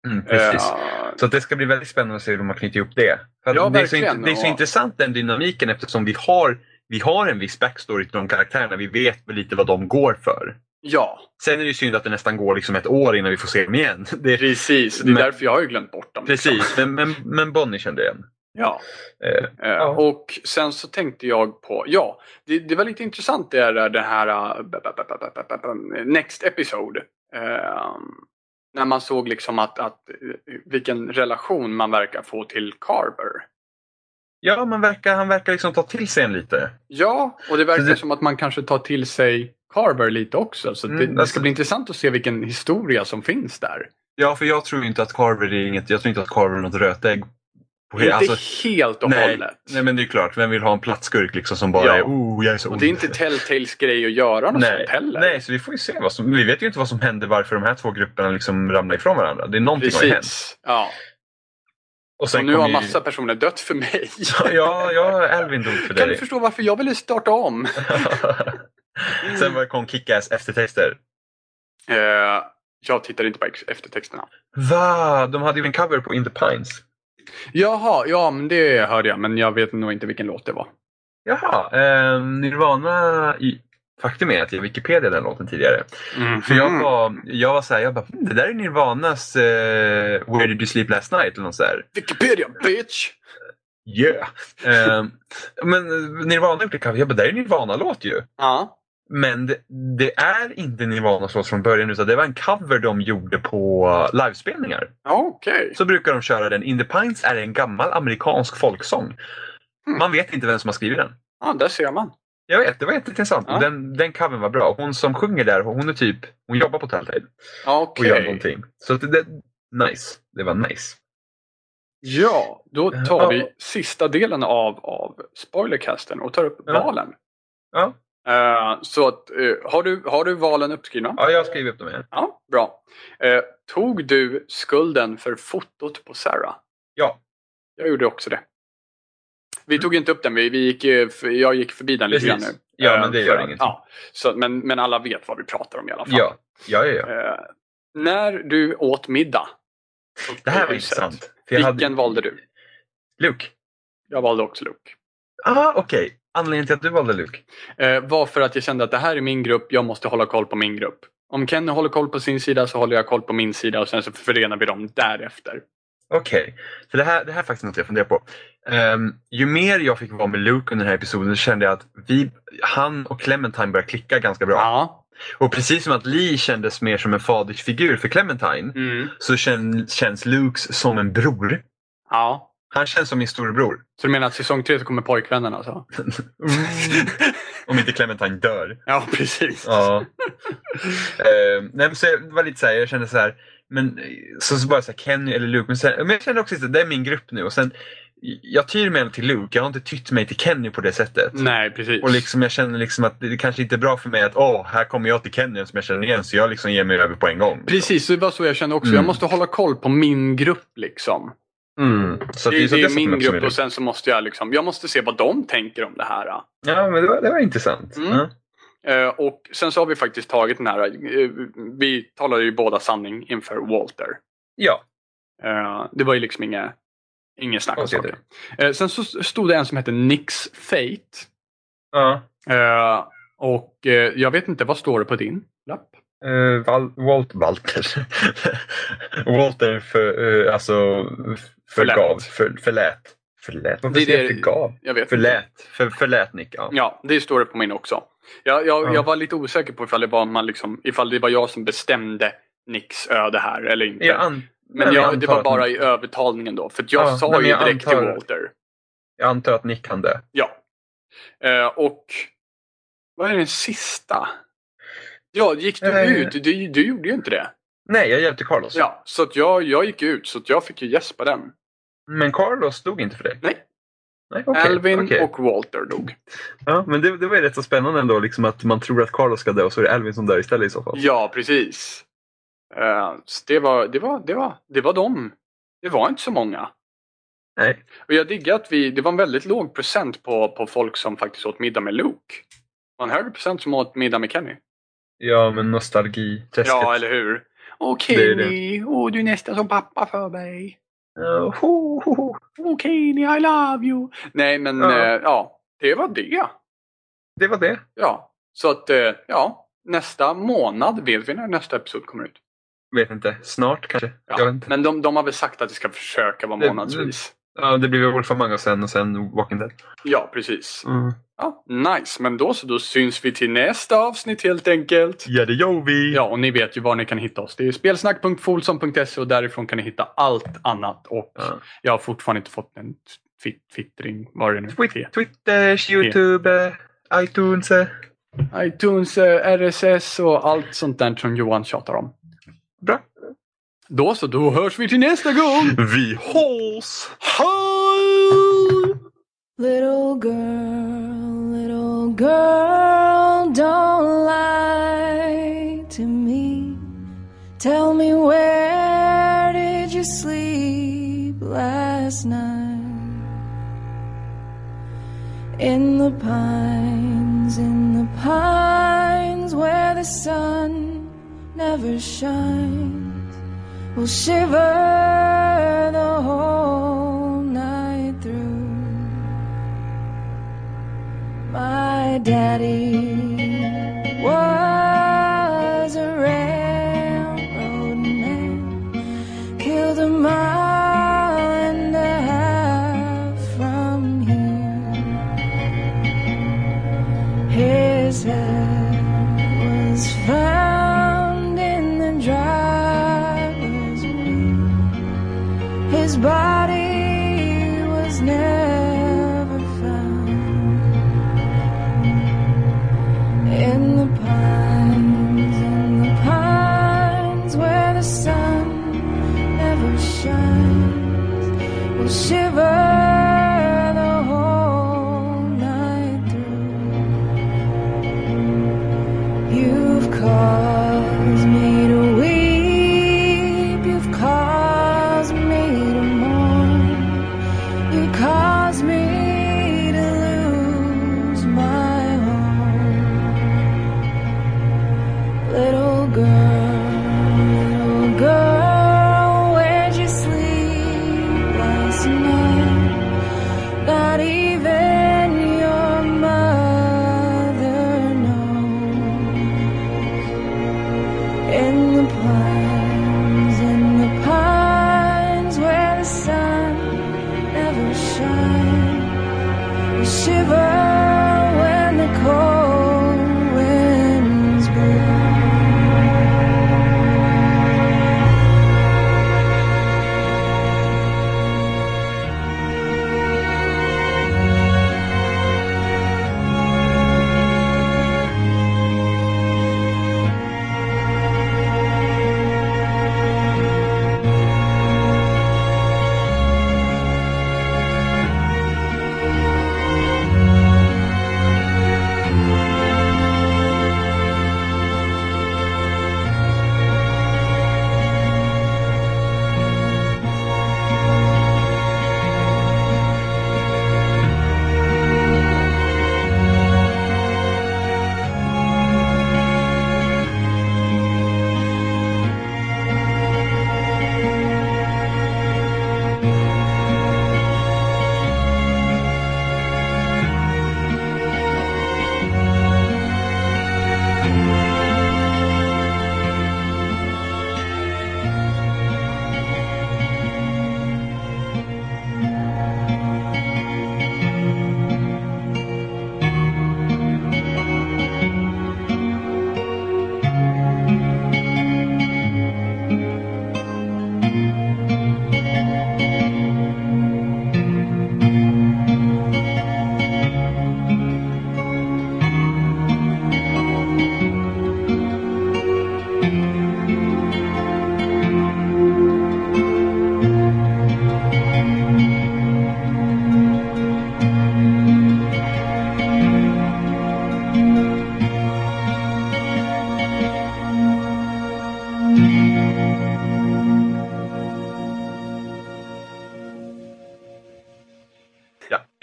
Speaker 2: Mm, precis.
Speaker 1: Eh,
Speaker 2: Så att det ska bli väldigt spännande att se hur man knyter ihop det. För att
Speaker 1: Ja,
Speaker 2: det, är så,
Speaker 1: verkligen,
Speaker 2: int- det är så
Speaker 1: och-
Speaker 2: intressant den dynamiken eftersom vi har, vi har en viss backstory till de karaktärerna. Vi vet väl lite vad de går för.
Speaker 1: ja,
Speaker 2: Sen är det ju synd att det nästan går liksom ett år innan vi får se dem igen. Det är,
Speaker 1: precis. Det är
Speaker 2: Men-
Speaker 1: därför jag har ju glömt bort dem. liksom.
Speaker 2: precis, men, men, men Bonnie kände igen.
Speaker 1: Ja.
Speaker 2: Eh,
Speaker 1: Eh, Och sen så tänkte jag på, ja, det, det var lite intressant det är det här eh, ba- ba- ba- ba- ba- ba- ba- Next Episode. Eh, när man såg liksom att, att eh, vilken relation man verkar få till Carver.
Speaker 2: ja, man verkar, han verkar liksom ta till sig en lite.
Speaker 1: Ja, och det verkar
Speaker 2: Så det-
Speaker 1: som att man kanske tar till sig Carver lite också. Så det,
Speaker 2: Mm,
Speaker 1: det ska
Speaker 2: alltså-
Speaker 1: bli intressant att se vilken historia som finns där.
Speaker 2: Ja, för jag tror ju inte att Carver är inget, jag tror inte att Carver är något rötägg. På
Speaker 1: Inte
Speaker 2: alltså,
Speaker 1: helt och
Speaker 2: nej,
Speaker 1: hållet.
Speaker 2: nej, men det är klart. Vem vill ha en platsskurk liksom som bara
Speaker 1: Ja.
Speaker 2: är oh, jag är så
Speaker 1: och det är
Speaker 2: ond."
Speaker 1: inte Telltales grej att göra något
Speaker 2: Nej,
Speaker 1: sånt heller.
Speaker 2: nej, så vi får ju se. Vad som, vi vet ju inte vad som hände, varför de här två grupperna liksom ramlade ifrån varandra. Det är någonting som har hänt.
Speaker 1: Precis. Ja.
Speaker 2: Och
Speaker 1: Och nu
Speaker 2: kom
Speaker 1: har
Speaker 2: ju-
Speaker 1: massa personer dött för mig.
Speaker 2: Ja, ja, Elvin dog för
Speaker 1: Kan du
Speaker 2: dig.
Speaker 1: förstå varför jag ville starta om?
Speaker 2: Sen var- kom Kick-Ass eftertexter.
Speaker 1: Eh, jag tittar inte på ex- eftertexterna.
Speaker 2: Va? De hade ju en cover på In the Pines.
Speaker 1: Jaha, ja men det hörde jag men jag vet nog inte vilken låt det var.
Speaker 2: Jaha, ehm, Nirvana i... Faktum är att jag Wikipedia den låten tidigare. För jag
Speaker 1: Mm.
Speaker 2: var, jag var så här, jag bara, "Hmm, det där är Nirvanas eh, Where Did You Sleep Last Night eller något så här.
Speaker 1: Wikipedia bitch!
Speaker 2: Yeah. Ehm, men Nirvana gjorde cover, jag bara, det där är Nirvana-låt ju.
Speaker 1: Ja.
Speaker 2: Men det, det är inte Nirvanas låt från början utan det var en cover de gjorde på eh, livespelningar.
Speaker 1: Ja, Okej.
Speaker 2: Så brukar de köra den. In the Pines är en gammal amerikansk folksång.
Speaker 1: Mm.
Speaker 2: Man vet inte vem som har skrivit den.
Speaker 1: Ja, där ser man.
Speaker 2: Jag vet, det var jätteintressant.
Speaker 1: Ja.
Speaker 2: Den, den covern var bra. Hon som sjunger där, hon är typ, hon jobbar på Telltale
Speaker 1: Ja,
Speaker 2: och gör
Speaker 1: Okej.
Speaker 2: någonting. Så att det, nice. Det var nice.
Speaker 1: Ja, då
Speaker 2: Ja.
Speaker 1: tar vi sista delen av, av spoilercasten och tar upp
Speaker 2: Ja.
Speaker 1: valen.
Speaker 2: Ja.
Speaker 1: Eh, så att, eh, har, du, har du valen uppskrivna?
Speaker 2: Ja, jag skriver upp dem igen.
Speaker 1: Ja, bra. Eh, tog du skulden för fotot på Sarah?
Speaker 2: Ja.
Speaker 1: Jag gjorde också det. Vi tog inte upp den, vi, vi gick, eh, f- jag gick förbi den lite grann
Speaker 2: Precis.
Speaker 1: nu.
Speaker 2: Ja,
Speaker 1: Eh,
Speaker 2: men det
Speaker 1: för
Speaker 2: gör
Speaker 1: att-
Speaker 2: ingenting.
Speaker 1: Ja, så, men, men alla vet vad vi pratar om i alla fall.
Speaker 2: Ja, ja, ja. ja.
Speaker 1: Eh, när du åt middag.
Speaker 2: Det här
Speaker 1: på
Speaker 2: var
Speaker 1: huset,
Speaker 2: intressant. För jag
Speaker 1: Vilken
Speaker 2: hade-
Speaker 1: valde du?
Speaker 2: Luke.
Speaker 1: Jag valde också Luke.
Speaker 2: Ah, okej. Anledningen till att du valde Luke.
Speaker 1: Eh, var för att jag kände att det här är min grupp, jag måste hålla koll på min grupp. Om Kenny håller koll på sin sida så håller jag koll på min sida och sen så förenar vi dem därefter.
Speaker 2: Okej, för det här, det här är faktiskt något jag funderar på. Ehm, ju mer jag fick vara med Luke under den här episoden så kände jag att vi, han och Clementine började klicka ganska bra.
Speaker 1: Ja.
Speaker 2: Och precis som att Lee kändes mer som en fadersfigur för Clementine
Speaker 1: Mm.
Speaker 2: så kän, känns Luke som en bror.
Speaker 1: Ja.
Speaker 2: Han känns som min storebror.
Speaker 1: Så du menar att säsong tre så kommer pojkvännen alltså? Mm.
Speaker 2: Om inte Clementine dör.
Speaker 1: ja, precis.
Speaker 2: Ja. Ehm, nej, men så jag var lite så här, jag kände så här, men eh, så, så bara så här, Kenny eller Luke, men, sen, men jag kände också att det är min grupp nu och sen jag tyr mig ändå till Luke, jag har inte tytt mig till Kenny på det sättet.
Speaker 1: Nej, precis.
Speaker 2: Och liksom, jag känner liksom att det kanske inte är bra för mig att åh, här kommer jag till Kenny som jag känner igen så jag liksom ger mig över på en gång.
Speaker 1: Precis, det var så jag kände också.
Speaker 2: Mm.
Speaker 1: Jag måste hålla koll på min grupp liksom.
Speaker 2: Mm. Så att
Speaker 1: det,
Speaker 2: så
Speaker 1: det är
Speaker 2: satte mig
Speaker 1: min
Speaker 2: också
Speaker 1: grupp
Speaker 2: med
Speaker 1: och sen så måste jag liksom, jag måste se vad de tänker om det här. eh.
Speaker 2: Ja, men det var, det var intressant.
Speaker 1: Mm.
Speaker 2: Ja.
Speaker 1: Eh, och sen så har vi faktiskt tagit den här, eh, vi talade ju båda sanning inför Walter.
Speaker 2: ja.
Speaker 1: Eh, det var ju liksom inget, inget snack om
Speaker 2: Okej,
Speaker 1: saken. Eh, sen så stod det en som hette Nix Fate.
Speaker 2: ja.
Speaker 1: Eh, och eh, jag vet inte, vad står det på din lapp?
Speaker 2: Eh, Val- Walt Walter. Walter för, eh, alltså förgav,
Speaker 1: Förlät.
Speaker 2: för, förlät. Förlät? Varför
Speaker 1: Det är
Speaker 2: säger jag
Speaker 1: det-
Speaker 2: förgav?
Speaker 1: Jag vet inte.
Speaker 2: Förlät, för, förlät Nick. Ja.
Speaker 1: Ja, det står det på min också. Jag, jag,
Speaker 2: Ja.
Speaker 1: jag var lite osäker på ifall det, var man liksom, ifall det var jag som bestämde Nicks öde här eller inte.
Speaker 2: Jag an-
Speaker 1: men
Speaker 2: nej,
Speaker 1: jag, det
Speaker 2: antar
Speaker 1: var
Speaker 2: att-
Speaker 1: bara i övertalningen då. För att jag
Speaker 2: Ja,
Speaker 1: sa
Speaker 2: nej, men
Speaker 1: ju
Speaker 2: jag
Speaker 1: direkt till
Speaker 2: antar-
Speaker 1: Walter.
Speaker 2: Jag antar att Nick hann det.
Speaker 1: Ja. Eh, och vad är den sista? Ja, gick du
Speaker 2: Eh.
Speaker 1: ut? Du, du gjorde ju inte det.
Speaker 2: Nej, jag hjälpte Carlos.
Speaker 1: Ja, så att jag, jag gick ut så att jag fick ju gäspa den.
Speaker 2: Men Carlos stod inte för dig?
Speaker 1: Nej.
Speaker 2: Nej, okej,
Speaker 1: Alvin
Speaker 2: okej.
Speaker 1: och Walter dog.
Speaker 2: Ja, men det, det var ju rätt så spännande ändå, liksom att man tror att Carlos ska dö och så är det Alvin som dör istället i så fall.
Speaker 1: Ja, precis. Eh, så det var, det var, det var, det var dem. Det var inte så många.
Speaker 2: Nej.
Speaker 1: Och jag diggar att vi, det var en väldigt låg procent på, på folk som faktiskt åt middag med Luke. Det var en högre procent som åt middag med Kenny.
Speaker 2: Ja, men nostalgi.
Speaker 1: Ja, eller hur? Åh
Speaker 2: Det är det.
Speaker 1: Kenny, åh du är nästan som pappa för mig.
Speaker 2: Ja, ho, ho, ho.
Speaker 1: Åh Kenny, I love you. Nej, men
Speaker 2: Ja.
Speaker 1: ja, eh, ja det var det.
Speaker 2: Det var det.
Speaker 1: Ja, så att eh, ja, nästa månad vet vi när nästa episod kommer ut.
Speaker 2: Vet inte. Snart kanske.
Speaker 1: Ja.
Speaker 2: Jag vet inte.
Speaker 1: Men de, de har väl sagt att det ska försöka vara
Speaker 2: Det-
Speaker 1: månadsvis.
Speaker 2: Ja, det blir väl Wolf Among Us sen och sen Walking Dead.
Speaker 1: Ja, precis.
Speaker 2: Mm.
Speaker 1: Ja, nice, men då så, då syns vi till nästa avsnitt helt enkelt.
Speaker 2: Ja, det gör vi.
Speaker 1: Ja, och ni vet ju var ni kan hitta oss. Det är spelsnack.folson.se och därifrån kan ni hitta allt annat. Och
Speaker 2: Ja.
Speaker 1: jag har fortfarande inte fått en twitt- twittring, vad det nu
Speaker 2: Twi-
Speaker 1: är.
Speaker 2: Twitter, Youtube, eh, iTunes. eh.
Speaker 1: iTunes, eh, RSS och allt sånt där som Johan tjatar om.
Speaker 2: Bra.
Speaker 1: Då så, då hörs vi till nästa gång!
Speaker 2: Vi hålls!
Speaker 1: Hej!
Speaker 3: Little girl, little girl, don't lie to me. Tell me where did you sleep last night? In the pines, in the pines where the sun never shines. Will shiver the whole night through my daddy was a railroad man killed a mile and a half from here his head was found in the driver's wheel his body was never found in the pines, in the pines where the sun never shines, will shiver the whole night through. You've caused me to weep, you've caused me to mourn. You caused me to lose my home. Little girl, little girl, where'd you sleep last night? Not even your mother knows. In the pines, in the pines where the sun never shine. We shiver when the cold winds blow.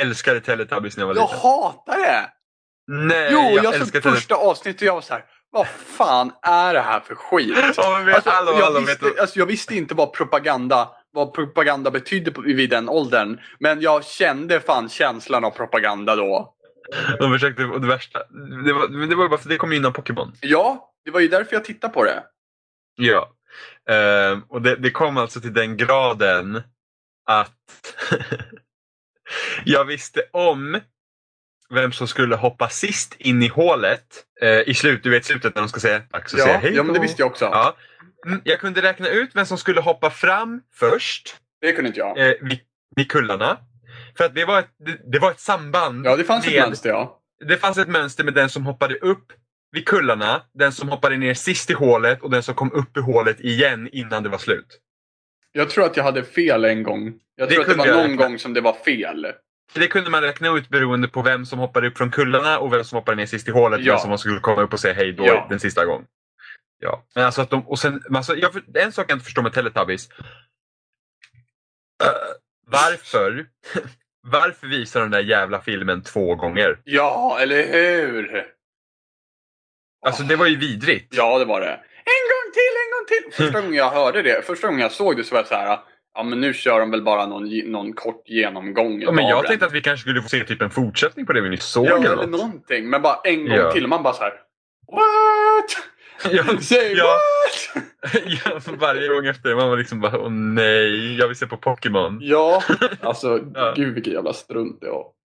Speaker 2: älskade Teletubbies när jag var
Speaker 1: Jag
Speaker 2: liten.
Speaker 1: hatar det!
Speaker 2: Nej,
Speaker 1: Jo, jag,
Speaker 2: Eh, älskar
Speaker 1: såg
Speaker 2: Teletubbies.
Speaker 1: första avsnittet och jag var så här, vad fan är det här för skit?
Speaker 2: Ja, men vet
Speaker 1: Alltså,
Speaker 2: alla,
Speaker 1: jag,
Speaker 2: alla vet
Speaker 1: visste, alltså, jag visste inte vad propaganda, vad propaganda betydde på, vid den åldern. Men jag kände fan känslan av propaganda då.
Speaker 2: De försökte, och det värsta. Det var, men det var ju bara för det kom ju innan Pokémon.
Speaker 1: Ja, det var ju därför jag tittade på det.
Speaker 2: Ja. Ehm, och det, det kom alltså till den graden att jag visste om vem som skulle hoppa sist in i hålet eh, i slut, du vet slutet när de ska säga tack och säga
Speaker 1: Ja,
Speaker 2: hej
Speaker 1: ja, men det
Speaker 2: då.
Speaker 1: visste jag också.
Speaker 2: Ja. Mm, Jag kunde räkna ut vem som skulle hoppa fram först
Speaker 1: Det kunde inte jag.
Speaker 2: eh, vid, vid kullarna. För att det var ett, det, det var ett samband.
Speaker 1: Ja, det fanns ett
Speaker 2: med-
Speaker 1: mönster ja.
Speaker 2: Det fanns ett mönster med den som hoppade upp vid kullarna, den som hoppade ner sist i hålet och den som kom upp i hålet igen innan det var slut.
Speaker 1: Jag tror att jag hade fel en gång. Jag
Speaker 2: Det
Speaker 1: tror att det
Speaker 2: kunde
Speaker 1: var
Speaker 2: jag
Speaker 1: någon
Speaker 2: räkna.
Speaker 1: gång som det var fel.
Speaker 2: Det kunde man räkna ut beroende på vem som hoppade upp från kullarna och vem som hoppade ner sist i hålet.
Speaker 1: Ja.
Speaker 2: Vem som skulle komma upp och säga hej då
Speaker 1: Ja.
Speaker 2: den sista gången. Ja. Men alltså att de, och sen, men alltså, jag, för- en sak jag inte förstår med Teletubbies. Äh, varför? Varför visar de den där jävla filmen två gånger?
Speaker 1: Ja, eller hur?
Speaker 2: Alltså det var ju vidrigt.
Speaker 1: Ja, det var det. En gång till, en gång till! Första gången jag hörde det, första gången jag såg det så var jag så här. Ja, men nu kör de väl bara någon, ge- någon kort genomgång
Speaker 2: Ja, men
Speaker 1: av
Speaker 2: jag
Speaker 1: den.
Speaker 2: tänkte att vi kanske skulle få se typ en fortsättning på det vi nyss såg.
Speaker 1: Ja,
Speaker 2: eller
Speaker 1: eller
Speaker 2: något.
Speaker 1: någonting. Men bara en gång
Speaker 2: Ja.
Speaker 1: till. Man bara så här. What?
Speaker 2: Ja,
Speaker 1: Säg
Speaker 2: Ja.
Speaker 1: what?
Speaker 2: ja, för varje gång efter man var liksom bara åh nej, jag vill se på Pokémon.
Speaker 1: Ja, alltså
Speaker 2: Ja.
Speaker 1: gud vilken jävla strunt det var.